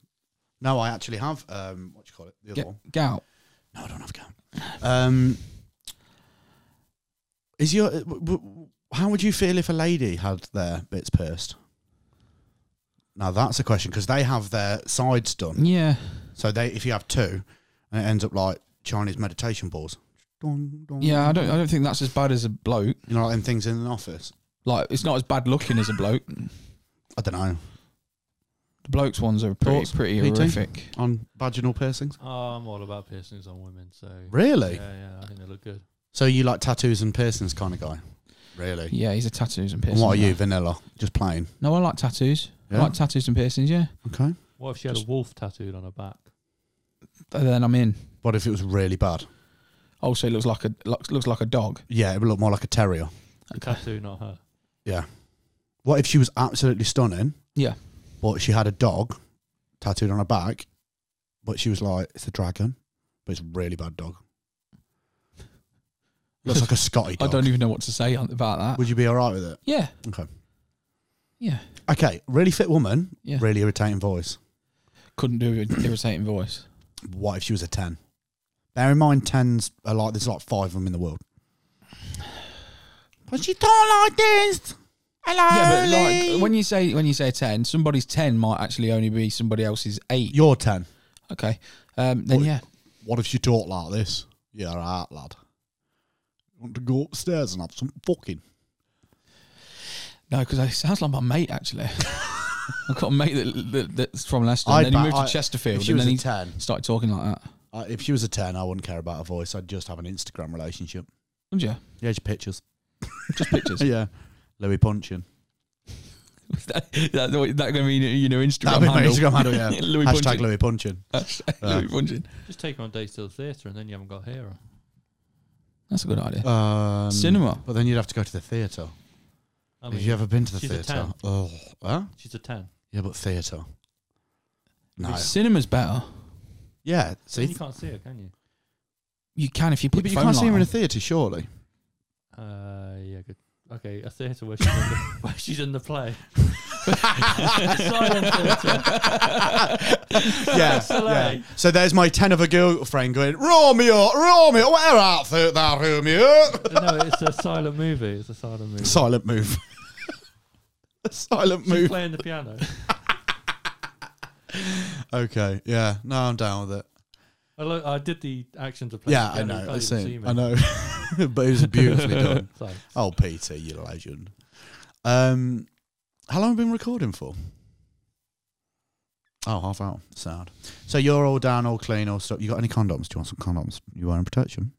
Speaker 4: No, I actually have. Um, what do you call it? The other
Speaker 5: Get,
Speaker 4: one.
Speaker 5: gout.
Speaker 4: No, I don't have gout. Um, is your uh, w- w- how would you feel if a lady had their bits pierced? Now that's a question because they have their sides done.
Speaker 5: Yeah.
Speaker 4: So they, if you have two, and it ends up like Chinese meditation balls. Dun, dun.
Speaker 5: Yeah. I don't. I don't think that's as bad as a bloke.
Speaker 4: You know, like them things in an office.
Speaker 5: Like it's not as bad looking as a bloke.
Speaker 4: I don't know
Speaker 5: The blokes ones are pretty
Speaker 4: Thoughts,
Speaker 5: pretty
Speaker 4: PT?
Speaker 5: horrific.
Speaker 4: on vaginal piercings.
Speaker 6: Oh, I'm all about piercings on women, so.
Speaker 4: Really?
Speaker 6: Yeah, yeah, I think they look good.
Speaker 4: So you like tattoos and piercings kind of guy? Really?
Speaker 5: Yeah, he's a tattoos
Speaker 4: And
Speaker 5: and piercings.
Speaker 4: what are you?
Speaker 5: guy.
Speaker 4: Vanilla? Just plain?
Speaker 5: No, I like tattoos.
Speaker 4: Yeah?
Speaker 5: I like tattoos and piercings. Yeah.
Speaker 4: Okay.
Speaker 6: What if she had a wolf tattooed on her back?
Speaker 5: Then I'm in.
Speaker 4: What if it was really bad?
Speaker 5: Also, it looks like a looks, looks like a dog.
Speaker 4: Yeah, it would look more like a terrier.
Speaker 6: The tattoo, not her.
Speaker 4: Yeah. What if she was absolutely stunning,
Speaker 5: Yeah.
Speaker 4: but she had a dog tattooed on her back, but she was like, it's a dragon, but it's a really bad dog. Looks like a Scotty
Speaker 5: I
Speaker 4: dog.
Speaker 5: don't even know what to say on- about that.
Speaker 4: Would you be all right with it?
Speaker 5: yeah.
Speaker 4: Okay.
Speaker 5: Yeah.
Speaker 4: Okay. Really fit woman,
Speaker 5: Yeah.
Speaker 4: really irritating voice.
Speaker 5: Couldn't do an irritating voice.
Speaker 4: What if she was a 10? Bear in mind, 10s are like, there's like five of them in the world. But she talk like this. Hello.
Speaker 5: Yeah, but like
Speaker 4: Lee.
Speaker 5: when you say when you say ten, somebody's ten might actually only be somebody else's eight.
Speaker 4: You're 10.
Speaker 5: Okay, um, then
Speaker 4: What-
Speaker 5: yeah,
Speaker 4: What if she talked like this? Yeah, right, lad. Want to go upstairs and have some fucking?
Speaker 5: no, because it sounds like my mate actually. I've got a mate that, that, that's from Leicester,
Speaker 4: I'd
Speaker 5: and then
Speaker 4: ba-
Speaker 5: he moved
Speaker 4: I-
Speaker 5: to Chesterfield,
Speaker 4: if she
Speaker 5: and
Speaker 4: was
Speaker 5: then
Speaker 4: a
Speaker 5: he
Speaker 4: 10.
Speaker 5: started talking like that.
Speaker 4: Uh, if she was a ten, I wouldn't care about her voice. I'd just have an Instagram relationship.
Speaker 5: Would you?
Speaker 4: Yeah, just pictures.
Speaker 5: Just pictures.
Speaker 4: yeah, Louis punching.
Speaker 5: Is that, that, that going to be you know Instagram
Speaker 4: That'd be my
Speaker 5: handle?
Speaker 4: Instagram handle. Yeah,
Speaker 5: Louis
Speaker 4: hashtag
Speaker 5: Punching.
Speaker 4: Louis punching.
Speaker 5: Hashtag
Speaker 4: Yeah.
Speaker 5: Louis Bunting.
Speaker 6: Just take her on dates to the theatre and then you haven't got a hero.
Speaker 5: That's a good idea.
Speaker 4: Um,
Speaker 5: Cinema.
Speaker 4: But then you'd have to go to the theatre.
Speaker 6: I
Speaker 4: Have
Speaker 6: mean,
Speaker 4: you ever been to the
Speaker 6: she's a
Speaker 4: theatre?
Speaker 6: 10.
Speaker 4: Oh, huh?
Speaker 6: she's a 10.
Speaker 4: Yeah, but theatre. No.
Speaker 5: Cinema's better.
Speaker 4: Yeah.
Speaker 6: So
Speaker 4: See.
Speaker 6: you can't see her, can you?
Speaker 5: You can if you
Speaker 4: Yeah,
Speaker 5: put
Speaker 4: but
Speaker 5: your
Speaker 4: you
Speaker 5: phone
Speaker 4: can't see
Speaker 5: light
Speaker 4: him in
Speaker 5: on.
Speaker 4: a theatre, surely.
Speaker 6: Uh, yeah, good. Okay, a theatre where, she's in the- where she's in the play. Silent theatre.
Speaker 4: yeah, yeah. So there's my ten of a girlfriend going, Romeo, Romeo, where art thou, thou Romeo?
Speaker 6: No, it's a silent movie. It's a silent movie.
Speaker 4: Silent move. a silent
Speaker 6: She's
Speaker 4: move.
Speaker 6: playing the piano.
Speaker 4: Okay, yeah. No, I'm down with it.
Speaker 6: I, lo- I did the action to play.
Speaker 4: Yeah,
Speaker 6: the
Speaker 4: I
Speaker 6: piano.
Speaker 4: know.
Speaker 6: You can't
Speaker 4: I
Speaker 6: even
Speaker 4: see.
Speaker 6: me.
Speaker 4: I know. but it was beautifully done.
Speaker 6: Sorry.
Speaker 4: Oh, Peter, you legend. Um, how long have we been recording for? Oh, half hour. Sad. So you're all down, all clean, all stuff. You got any condoms? Do you want some condoms? You wearing protection?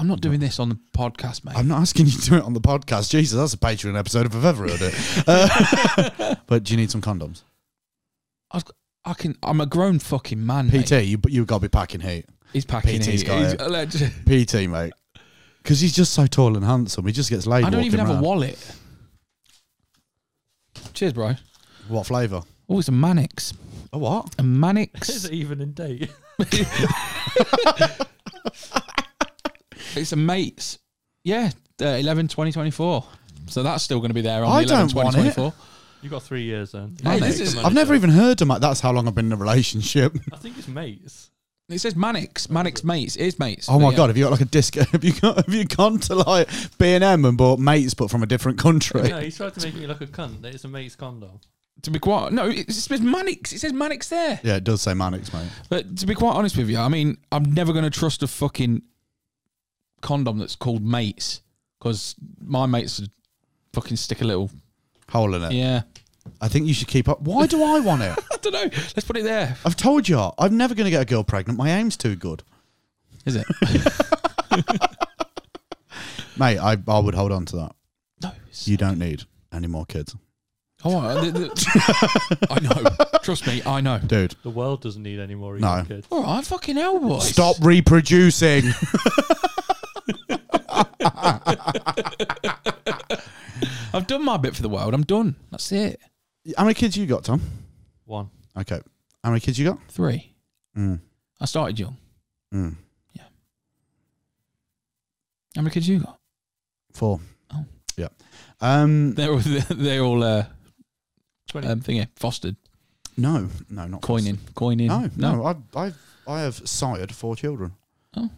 Speaker 5: I'm not doing this on the podcast, mate.
Speaker 4: I'm not asking you to do it on the podcast. Jesus, that's a Patreon episode if I've ever heard it. Uh, but do you need some condoms?
Speaker 5: I can. I'm a grown fucking man. mate.
Speaker 4: PT, you, you've got to be packing heat.
Speaker 5: He's packing.
Speaker 4: PT's
Speaker 5: heat.
Speaker 4: got
Speaker 5: He's
Speaker 4: it.
Speaker 5: alleged-
Speaker 4: PT, mate. Because he's just so tall and handsome. He just gets laid.
Speaker 5: I don't
Speaker 4: walking
Speaker 5: even have
Speaker 4: around.
Speaker 5: a wallet. Cheers, bro.
Speaker 4: What flavour?
Speaker 5: Oh, it's a Manix.
Speaker 4: A what?
Speaker 5: A
Speaker 6: Is it
Speaker 5: Manix.
Speaker 6: even in date?
Speaker 5: it's a Mates. Yeah, uh, 11, 20, 24. So that's still going to be there on
Speaker 4: I
Speaker 5: the 11,
Speaker 4: don't want
Speaker 5: 20, 24.
Speaker 6: You got three years then.
Speaker 5: Hey,
Speaker 4: Manic.
Speaker 5: this is-
Speaker 4: I've never even heard of that. That's how long I've been in a relationship.
Speaker 6: I think it's mates.
Speaker 5: It says Manix. Manix Mates. It is Mates.
Speaker 4: Oh
Speaker 5: But
Speaker 4: my
Speaker 5: yeah.
Speaker 4: god, have you got like a disco? Have you got? Have you gone to like B and M and bought mates, but from a different country?
Speaker 6: No, he's trying to make me look a cunt. That it's a mates condom.
Speaker 5: To be quite no, it says Manix. It says Manix there.
Speaker 4: Yeah, it does say Manix, mate.
Speaker 5: But to be quite honest with you, I mean, I'm never going to trust a fucking condom that's called mates because my mates would fucking stick a little.
Speaker 4: Hole in it.
Speaker 5: Yeah.
Speaker 4: I think you should keep up. Why do I want it?
Speaker 5: I don't know. Let's put it there.
Speaker 4: I've told you, I'm never going to get a girl pregnant. My aim's too good.
Speaker 5: Is it?
Speaker 4: Mate, I, I would hold on to that.
Speaker 5: no. It's,
Speaker 4: You don't need any more kids.
Speaker 5: oh, I, the- the- I know. Trust me, I know.
Speaker 4: Dude,
Speaker 6: The world doesn't need any more
Speaker 4: No.
Speaker 6: evil kids.
Speaker 5: All right, fucking hell, boys.
Speaker 4: stop reproducing.
Speaker 5: I've done my bit for the world. I'm done. That's it.
Speaker 4: How many kids you got, Tom?
Speaker 6: One.
Speaker 4: Okay. How many kids you got?
Speaker 5: Three.
Speaker 4: Mm.
Speaker 5: I started young.
Speaker 4: Mm.
Speaker 5: How many kids you got?
Speaker 4: Four.
Speaker 5: Oh.
Speaker 4: Yeah. Um,
Speaker 5: They're all, they're all uh,
Speaker 6: 20.
Speaker 5: um, thingy, fostered,
Speaker 4: no, no, not
Speaker 5: coining, coining.
Speaker 4: No, no, I, I, I have sired four children.
Speaker 5: Oh.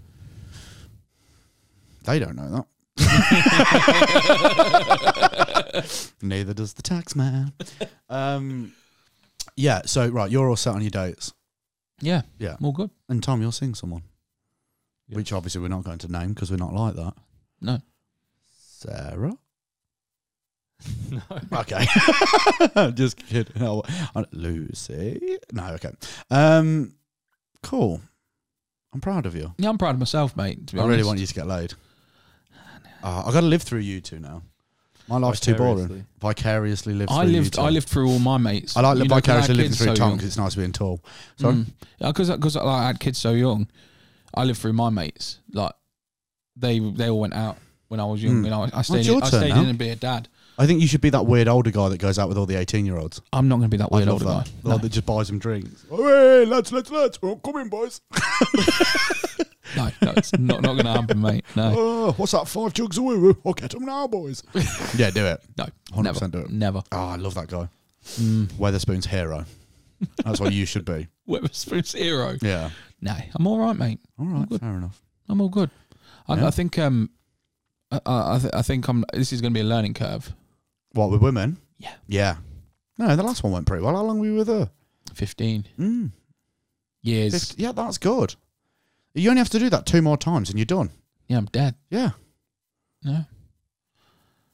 Speaker 4: They don't know that. Neither does the tax man. Um, yeah. So right, you're all set on your dates,
Speaker 5: Yeah.
Speaker 4: Yeah.
Speaker 5: All good.
Speaker 4: and Tom, you're seeing someone,
Speaker 6: Yeah.
Speaker 4: which obviously we're not going to name because we're not like that.
Speaker 5: No.
Speaker 4: Sarah.
Speaker 6: no.
Speaker 4: Okay. I'm just kidding. No, I- Lucy. No. Okay. Um, cool. I'm proud of you.
Speaker 5: Yeah, I'm proud of myself, mate. To be
Speaker 4: I
Speaker 5: honest.
Speaker 4: really want you to get laid. Uh, I got to live through you two now. My life's too boring. Vicariously
Speaker 6: Vicariously.
Speaker 4: live. Through
Speaker 5: I
Speaker 4: You
Speaker 5: lived.
Speaker 4: two.
Speaker 5: I lived through all my mates.
Speaker 4: I like
Speaker 5: You know, 'cause
Speaker 4: vicariously
Speaker 5: had
Speaker 4: living
Speaker 5: kids
Speaker 4: through
Speaker 5: so
Speaker 4: Tom
Speaker 5: young.
Speaker 4: because it's nice being tall. Sorry.
Speaker 5: because because like, I had kids so young, I lived through my mates. Like they they all went out when I was young,
Speaker 4: Mm.
Speaker 5: and I, I
Speaker 4: it's
Speaker 5: stayed.
Speaker 4: your
Speaker 5: in, I
Speaker 4: turn
Speaker 5: stayed
Speaker 4: now.
Speaker 5: in and be a dad.
Speaker 4: I think you should be that weird older guy that goes out with all the eighteen-year-olds.
Speaker 5: I'm not going to be that
Speaker 4: I
Speaker 5: weird
Speaker 4: love
Speaker 5: older
Speaker 4: that.
Speaker 5: guy.
Speaker 4: The one that just buys them drinks. Oh, hey, lads, lads, lads! Well, come in, boys.
Speaker 5: No, no, it's not not going to happen, mate. No,
Speaker 4: Oh, what's that? Five jugs of woo woo. I'll get them now, boys. yeah, do it.
Speaker 5: no,
Speaker 4: 100%
Speaker 5: never,
Speaker 4: do it.
Speaker 5: never.
Speaker 4: Oh, I love that guy.
Speaker 5: Mm.
Speaker 4: Weatherspoon's hero. That's what you should be.
Speaker 5: Weatherspoon's hero.
Speaker 4: Yeah.
Speaker 5: No, I'm all right, mate.
Speaker 4: All
Speaker 5: I'm
Speaker 4: right.
Speaker 5: good.
Speaker 4: Fair enough.
Speaker 5: I'm all good. I,
Speaker 4: Yeah.
Speaker 5: I think um, I I, th- I think I'm. This is going to be a learning curve.
Speaker 4: What with women?
Speaker 5: Yeah.
Speaker 4: Yeah. No, the last one went pretty well. How long were you with her?
Speaker 5: Fifteen
Speaker 4: Mm,
Speaker 5: years.
Speaker 4: 50 yeah, that's good. You only have to do that two more times and you're done.
Speaker 5: Yeah, I'm dead.
Speaker 4: Yeah.
Speaker 5: No.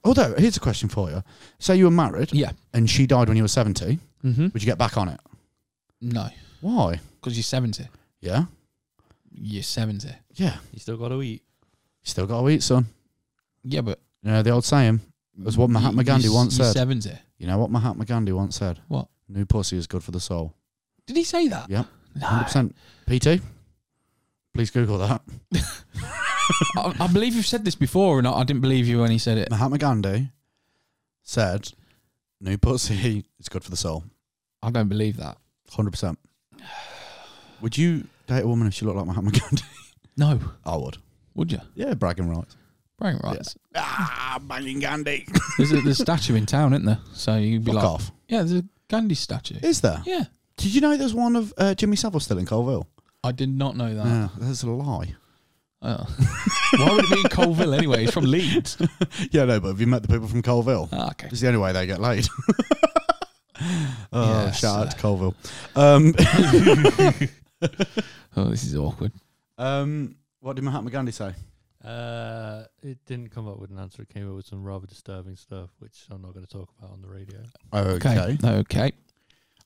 Speaker 4: Although, here's a question for you. Say you were married
Speaker 5: Yeah.
Speaker 4: and she died when you were 70,
Speaker 5: Mm-hmm.
Speaker 4: would you get back on it?
Speaker 5: No,
Speaker 4: Why?
Speaker 5: because you're seventy.
Speaker 4: Yeah.
Speaker 5: You're seventy.
Speaker 4: Yeah. You
Speaker 6: You still got to eat.
Speaker 4: still got to eat, son.
Speaker 5: Yeah, but
Speaker 4: You know, the old saying was what Mahatma
Speaker 5: you-
Speaker 4: Gandhi
Speaker 5: you,
Speaker 4: once
Speaker 5: you're
Speaker 4: said.
Speaker 5: Seventy.
Speaker 4: you know what Mahatma Gandhi once said?
Speaker 5: What?
Speaker 4: New pussy is good for the soul.
Speaker 5: Did he say that?
Speaker 4: Yep.
Speaker 5: No.
Speaker 4: 100%. PT? Please Google that.
Speaker 5: I, I believe you've said this before, and I, I didn't believe you when he said it.
Speaker 4: Mahatma Gandhi said, "New pussy is good for the soul."
Speaker 5: I don't believe that.
Speaker 4: Hundred percent. Would you date a woman if she looked like Mahatma Gandhi?
Speaker 5: No,
Speaker 4: I would.
Speaker 5: would you?
Speaker 4: Yeah, bragging rights.
Speaker 5: Bragging rights.
Speaker 4: Ah, banging Gandhi.
Speaker 5: There's, a, there's a statue in town, isn't there? So you'd be
Speaker 4: Fuck
Speaker 5: like,
Speaker 4: off.
Speaker 5: yeah, there's a Gandhi statue.
Speaker 4: Is there?
Speaker 5: yeah,
Speaker 4: Did you know there's one of uh, Jimmy Savile still in Colville?
Speaker 5: I did not know that.
Speaker 4: Yeah, that's a lie.
Speaker 5: Oh. Why would it be in Colville anyway? It's from Leeds.
Speaker 4: yeah, no, but have you met the people from Colville?
Speaker 5: Ah, okay.
Speaker 4: Uh, It's the only way they get laid. oh,
Speaker 5: Yes.
Speaker 4: shout out to Colville. Um,
Speaker 5: Oh, this is awkward.
Speaker 4: um, what did Mahatma Gandhi say?
Speaker 6: Uh, it didn't come up with an answer. It came up with some rather disturbing stuff, which I'm not going to talk about on the radio.
Speaker 5: Okay. Okay.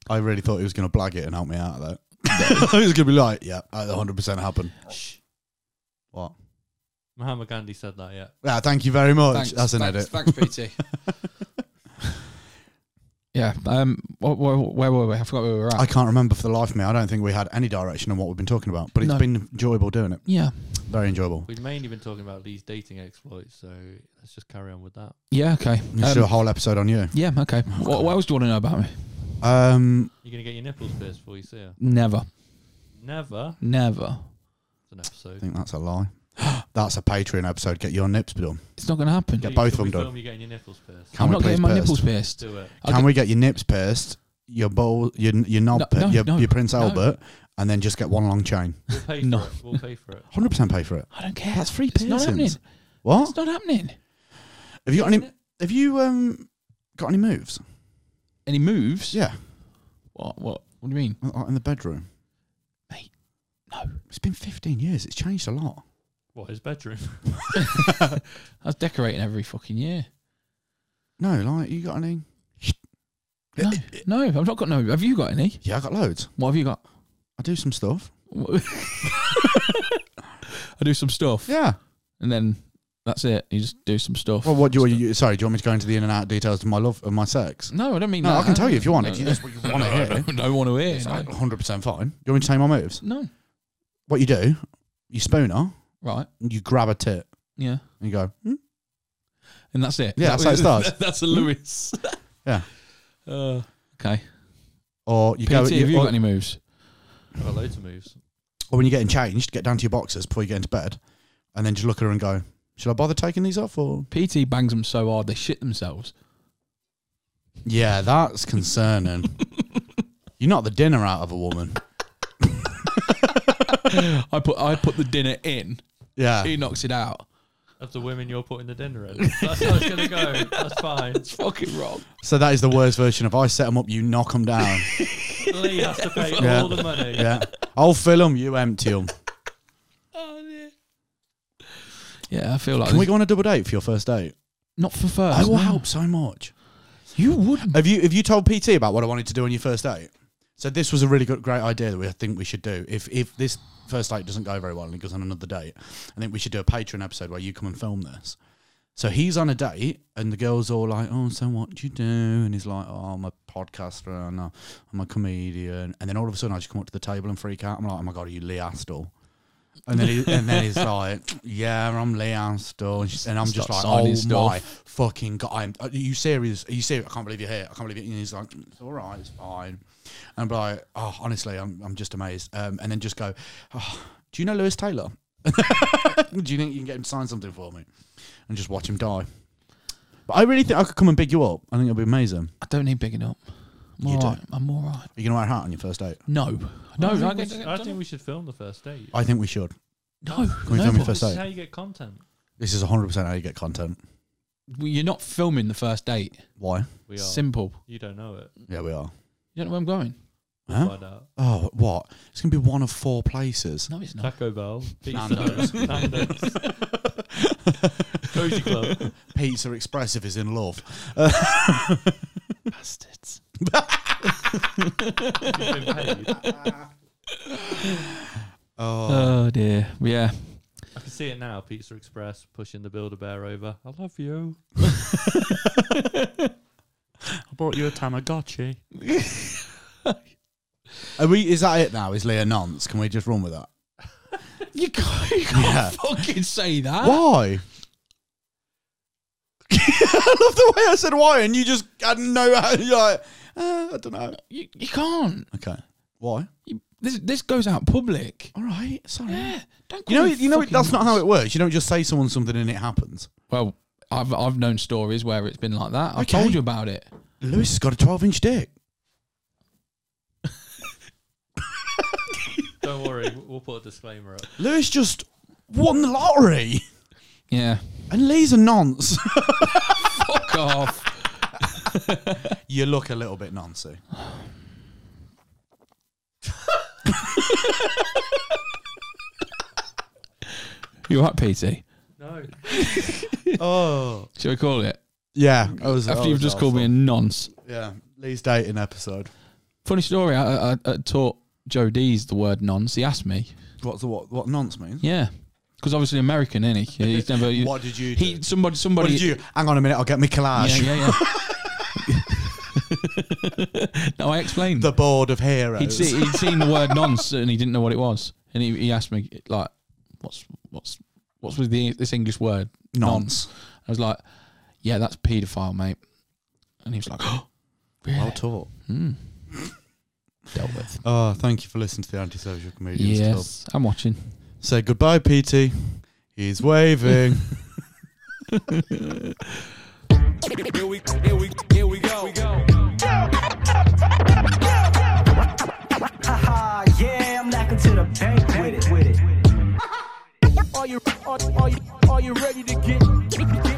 Speaker 4: I really thought he was going to blag it and help me out of that. he was going to be like, yeah, that 100% happened. What?
Speaker 6: Mahatma Gandhi said that, yeah.
Speaker 4: Yeah, thank you very much. That's an edit.
Speaker 5: Thanks, PT. yeah. Um. Where, where, where were we? I forgot where we were at.
Speaker 4: I can't remember for the life of me. I don't think we had any direction on what we've been talking about, but it's
Speaker 5: No.
Speaker 4: been enjoyable doing it.
Speaker 5: yeah.
Speaker 4: Very enjoyable.
Speaker 6: We've mainly been talking about these dating exploits, so let's just carry on with that.
Speaker 5: Yeah. Okay.
Speaker 4: You Oh,
Speaker 5: Um,
Speaker 4: should do a whole episode on you.
Speaker 5: Yeah. Okay. What, what else do you want to know about me?
Speaker 4: Um,
Speaker 6: You're going to get your nipples pierced before you see her.
Speaker 5: Never.
Speaker 6: Never.
Speaker 5: Never.
Speaker 6: It's an episode.
Speaker 4: I think that's a lie. that's a Patreon episode. Get your nips done.
Speaker 5: It's not going to happen.
Speaker 4: Yeah,
Speaker 6: Should-
Speaker 4: both of
Speaker 6: should
Speaker 4: them
Speaker 6: we
Speaker 4: done.
Speaker 6: film you getting your nipples pierced.
Speaker 4: Can
Speaker 5: I'm
Speaker 4: we
Speaker 5: not
Speaker 4: please
Speaker 5: getting my
Speaker 4: pierced?
Speaker 5: nipples pierced.
Speaker 6: Do it.
Speaker 5: I
Speaker 4: Can we get your nips pierced? Your bowl, your your knob,
Speaker 5: No,
Speaker 4: pier-
Speaker 5: no,
Speaker 4: your,
Speaker 5: no,
Speaker 4: your Prince
Speaker 5: no.
Speaker 4: Albert, and then just get one long chain.
Speaker 6: We'll pay for
Speaker 5: No.
Speaker 6: it. We'll pay for it.
Speaker 4: 100% pay for it.
Speaker 5: I don't care.
Speaker 4: That's free
Speaker 5: It's not
Speaker 4: piercings.
Speaker 5: happening.
Speaker 4: What?
Speaker 5: It's not happening.
Speaker 4: Have you got any? Have you um got any moves?
Speaker 5: Any moves?
Speaker 4: Yeah,
Speaker 5: What? What? What do you mean?
Speaker 4: like in the bedroom.
Speaker 5: Mate, no.
Speaker 4: It's been 15 years. It's changed a lot.
Speaker 6: What his bedroom?
Speaker 5: I was decorating every fucking year.
Speaker 4: No, like you got any?
Speaker 5: No, no, I've not got no. Have you got any?
Speaker 4: Yeah, I got loads.
Speaker 5: What have you got?
Speaker 4: I do some stuff.
Speaker 5: I do some stuff,
Speaker 4: Yeah.
Speaker 5: and then that's it. You just do some stuff.
Speaker 4: Well, what do you, you? Sorry, do you want me to go into the in and out details of my love of my sex?
Speaker 5: no, I don't mean
Speaker 4: No,
Speaker 5: that.
Speaker 4: I can tell you if you want.
Speaker 5: No,
Speaker 4: If you just what you want to
Speaker 5: I
Speaker 4: hear.
Speaker 5: don't, want to hear.
Speaker 4: It's
Speaker 5: No.
Speaker 4: like 100% fine. Do you want me to tell you my moves?
Speaker 5: No.
Speaker 4: What you do, you spoon her,
Speaker 5: right?
Speaker 4: and you grab a tit,
Speaker 5: Yeah,
Speaker 4: and you go, hmm?
Speaker 5: and that's it.
Speaker 4: Yeah, that's how it starts.
Speaker 5: that's a Lewis.
Speaker 4: Yeah.
Speaker 5: Uh, okay.
Speaker 4: Or you
Speaker 5: PT,
Speaker 4: go,
Speaker 5: have you
Speaker 4: or,
Speaker 5: got any moves?
Speaker 6: I've got loads of moves.
Speaker 4: or when you're getting changed, get down to your boxes before you get into bed, and then just look at her and go, should I bother taking these off? Or
Speaker 5: PT bangs them so hard they shit themselves.
Speaker 4: yeah, that's concerning. you knock the dinner out of a woman.
Speaker 5: I put I put the dinner in.
Speaker 4: Yeah,
Speaker 5: He knocks it out.
Speaker 6: Of the women you're putting the dinner in. That's how it's gonna go. That's fine.
Speaker 5: Fucking wrong.
Speaker 4: So that is the worst version of I set them up, you knock them down.
Speaker 6: Lee has to pay all the money.
Speaker 4: yeah. I'll fill them, you empty them.
Speaker 5: Yeah, I feel like
Speaker 4: Can we go on a double date for your first date?
Speaker 5: not for first.
Speaker 4: I will
Speaker 5: no.
Speaker 4: help so much.
Speaker 5: You wouldn't.
Speaker 4: Have you have you told PT about what I wanted to do on your first date? So this was a really good great idea that we I think we should do. If if this first date doesn't go very well and he goes on another date, I think we should do a Patreon episode where you come and film this. So he's on a date and the girl's all like, Oh, so what do you do? And he's like, Oh, I'm a podcaster and uh, I'm a comedian and then all of a sudden I just come up to the table and freak out. I'm like, Oh my god, are you Lee Astle? And then, he, and then he's like, "Yeah, I'm Lee Astle," and, she's- and I'm just like,
Speaker 5: Start signing
Speaker 4: "Oh
Speaker 5: stuff.
Speaker 4: my fucking god! I'm, are you serious? Are you serious? I can't believe you're here. I can't believe it." And he's like, "It's all right, it's fine." And I'm like, "Oh, honestly, I'm I'm just amazed." Um, and then just go, oh, "Do you know Lewis Taylor? Do you think you can get him to sign something for me?" And just watch him die. But I really think I could come and big you up. I think it'd be amazing.
Speaker 5: I don't need bigging up. I'm
Speaker 4: You
Speaker 5: all
Speaker 4: do.
Speaker 5: right. I'm all right.
Speaker 4: Are you gonna wear a hat on your first date?
Speaker 5: No, no,
Speaker 6: I
Speaker 5: I,
Speaker 6: think, we
Speaker 5: don't-
Speaker 6: should, I
Speaker 5: don't-
Speaker 6: think we should film the first date.
Speaker 4: I think we should.
Speaker 5: no.
Speaker 4: we
Speaker 5: no
Speaker 4: film it
Speaker 5: but-
Speaker 4: first
Speaker 6: This is
Speaker 4: date.
Speaker 6: how you get content.
Speaker 4: This is 100 percent how you get content.
Speaker 5: Well, You're not filming the first date.
Speaker 4: Why?
Speaker 6: We are.
Speaker 5: Simple.
Speaker 6: you don't know it.
Speaker 4: Yeah, we are.
Speaker 5: You don't know where I'm going.
Speaker 6: We'll
Speaker 4: Huh?
Speaker 6: find out.
Speaker 4: Oh, what? It's gonna be one of four places.
Speaker 5: No, it's not.
Speaker 6: Taco Bell,
Speaker 4: Nando's.
Speaker 6: Pizza, Nando's, Cozy Club.
Speaker 4: Pizza Express if is in love.
Speaker 5: Bastards.
Speaker 6: You've been paid.
Speaker 4: Oh,
Speaker 5: Oh dear. Yeah.
Speaker 6: I can see it now. Pizza Express pushing the Builder Bear over. I love you. I bought you a Tamagotchi.
Speaker 4: are we? Is that it now? Is Leah nonce? Can we just run with that?
Speaker 5: You can't, you can't
Speaker 4: Yeah.
Speaker 5: fucking say that.
Speaker 4: Why? I love the way I said why, and you just had no. You're like, uh, I don't know.
Speaker 5: You, you can't.
Speaker 4: Okay, why?
Speaker 5: You- this this goes out public.
Speaker 4: All right, sorry.
Speaker 5: Yeah. Don't
Speaker 4: You
Speaker 5: call
Speaker 4: know,
Speaker 5: me
Speaker 4: you know,
Speaker 5: fucking
Speaker 4: that's not how
Speaker 5: nuts.
Speaker 4: it works. You don't just say someone something and it happens.
Speaker 5: Well, I've I've known stories where it's been like that. I
Speaker 4: Okay.
Speaker 5: told you about it.
Speaker 4: Lewis has got a 12 inch dick.
Speaker 6: Don't worry, w- we'll put a disclaimer up.
Speaker 4: Lewis just won the lottery,
Speaker 5: Yeah.
Speaker 4: and Lee's a nonce.
Speaker 5: Fuck off.
Speaker 4: you look a little bit nancy.
Speaker 5: You're right, PT.
Speaker 6: No.
Speaker 4: oh,
Speaker 5: Shall we call it?
Speaker 4: yeah. I was, I
Speaker 5: After you've
Speaker 4: was
Speaker 5: just called
Speaker 4: awful.
Speaker 5: me a nonce.
Speaker 4: Yeah, Lee's dating episode.
Speaker 5: Funny story. I, I, I taught Joe D's the word nonce. He asked me.
Speaker 4: What's the what? What nonce means?
Speaker 5: Yeah, because obviously American, isn't he? He's never.
Speaker 4: What did you? Do?
Speaker 5: he somebody
Speaker 4: what
Speaker 5: somebody.
Speaker 4: did you? Hang on a minute. I'll get me
Speaker 5: Yeah,
Speaker 4: collage.
Speaker 5: yeah, yeah. no, I explained.
Speaker 4: The board of heroes.
Speaker 5: he'd, see, he'd seen the word nonce and he didn't know what it was, and he, he asked me like, "What's what's what's with the, this English word
Speaker 4: Nonce.
Speaker 5: I was like, "Yeah, that's paedophile, mate." And he was like, "Oh, really?"
Speaker 4: Well taught.
Speaker 5: dealt with."
Speaker 4: Oh, thank you for listening to the Antisocial Comedians Club.
Speaker 5: Yes, I'm watching.
Speaker 4: Say goodbye, PT. He's waving.
Speaker 1: Here we, here we, here we go. We go.
Speaker 2: Haha, Uh, yeah, I'm lacking to the bank with it. With it.
Speaker 1: Are you, are, are you, are you ready to get, get,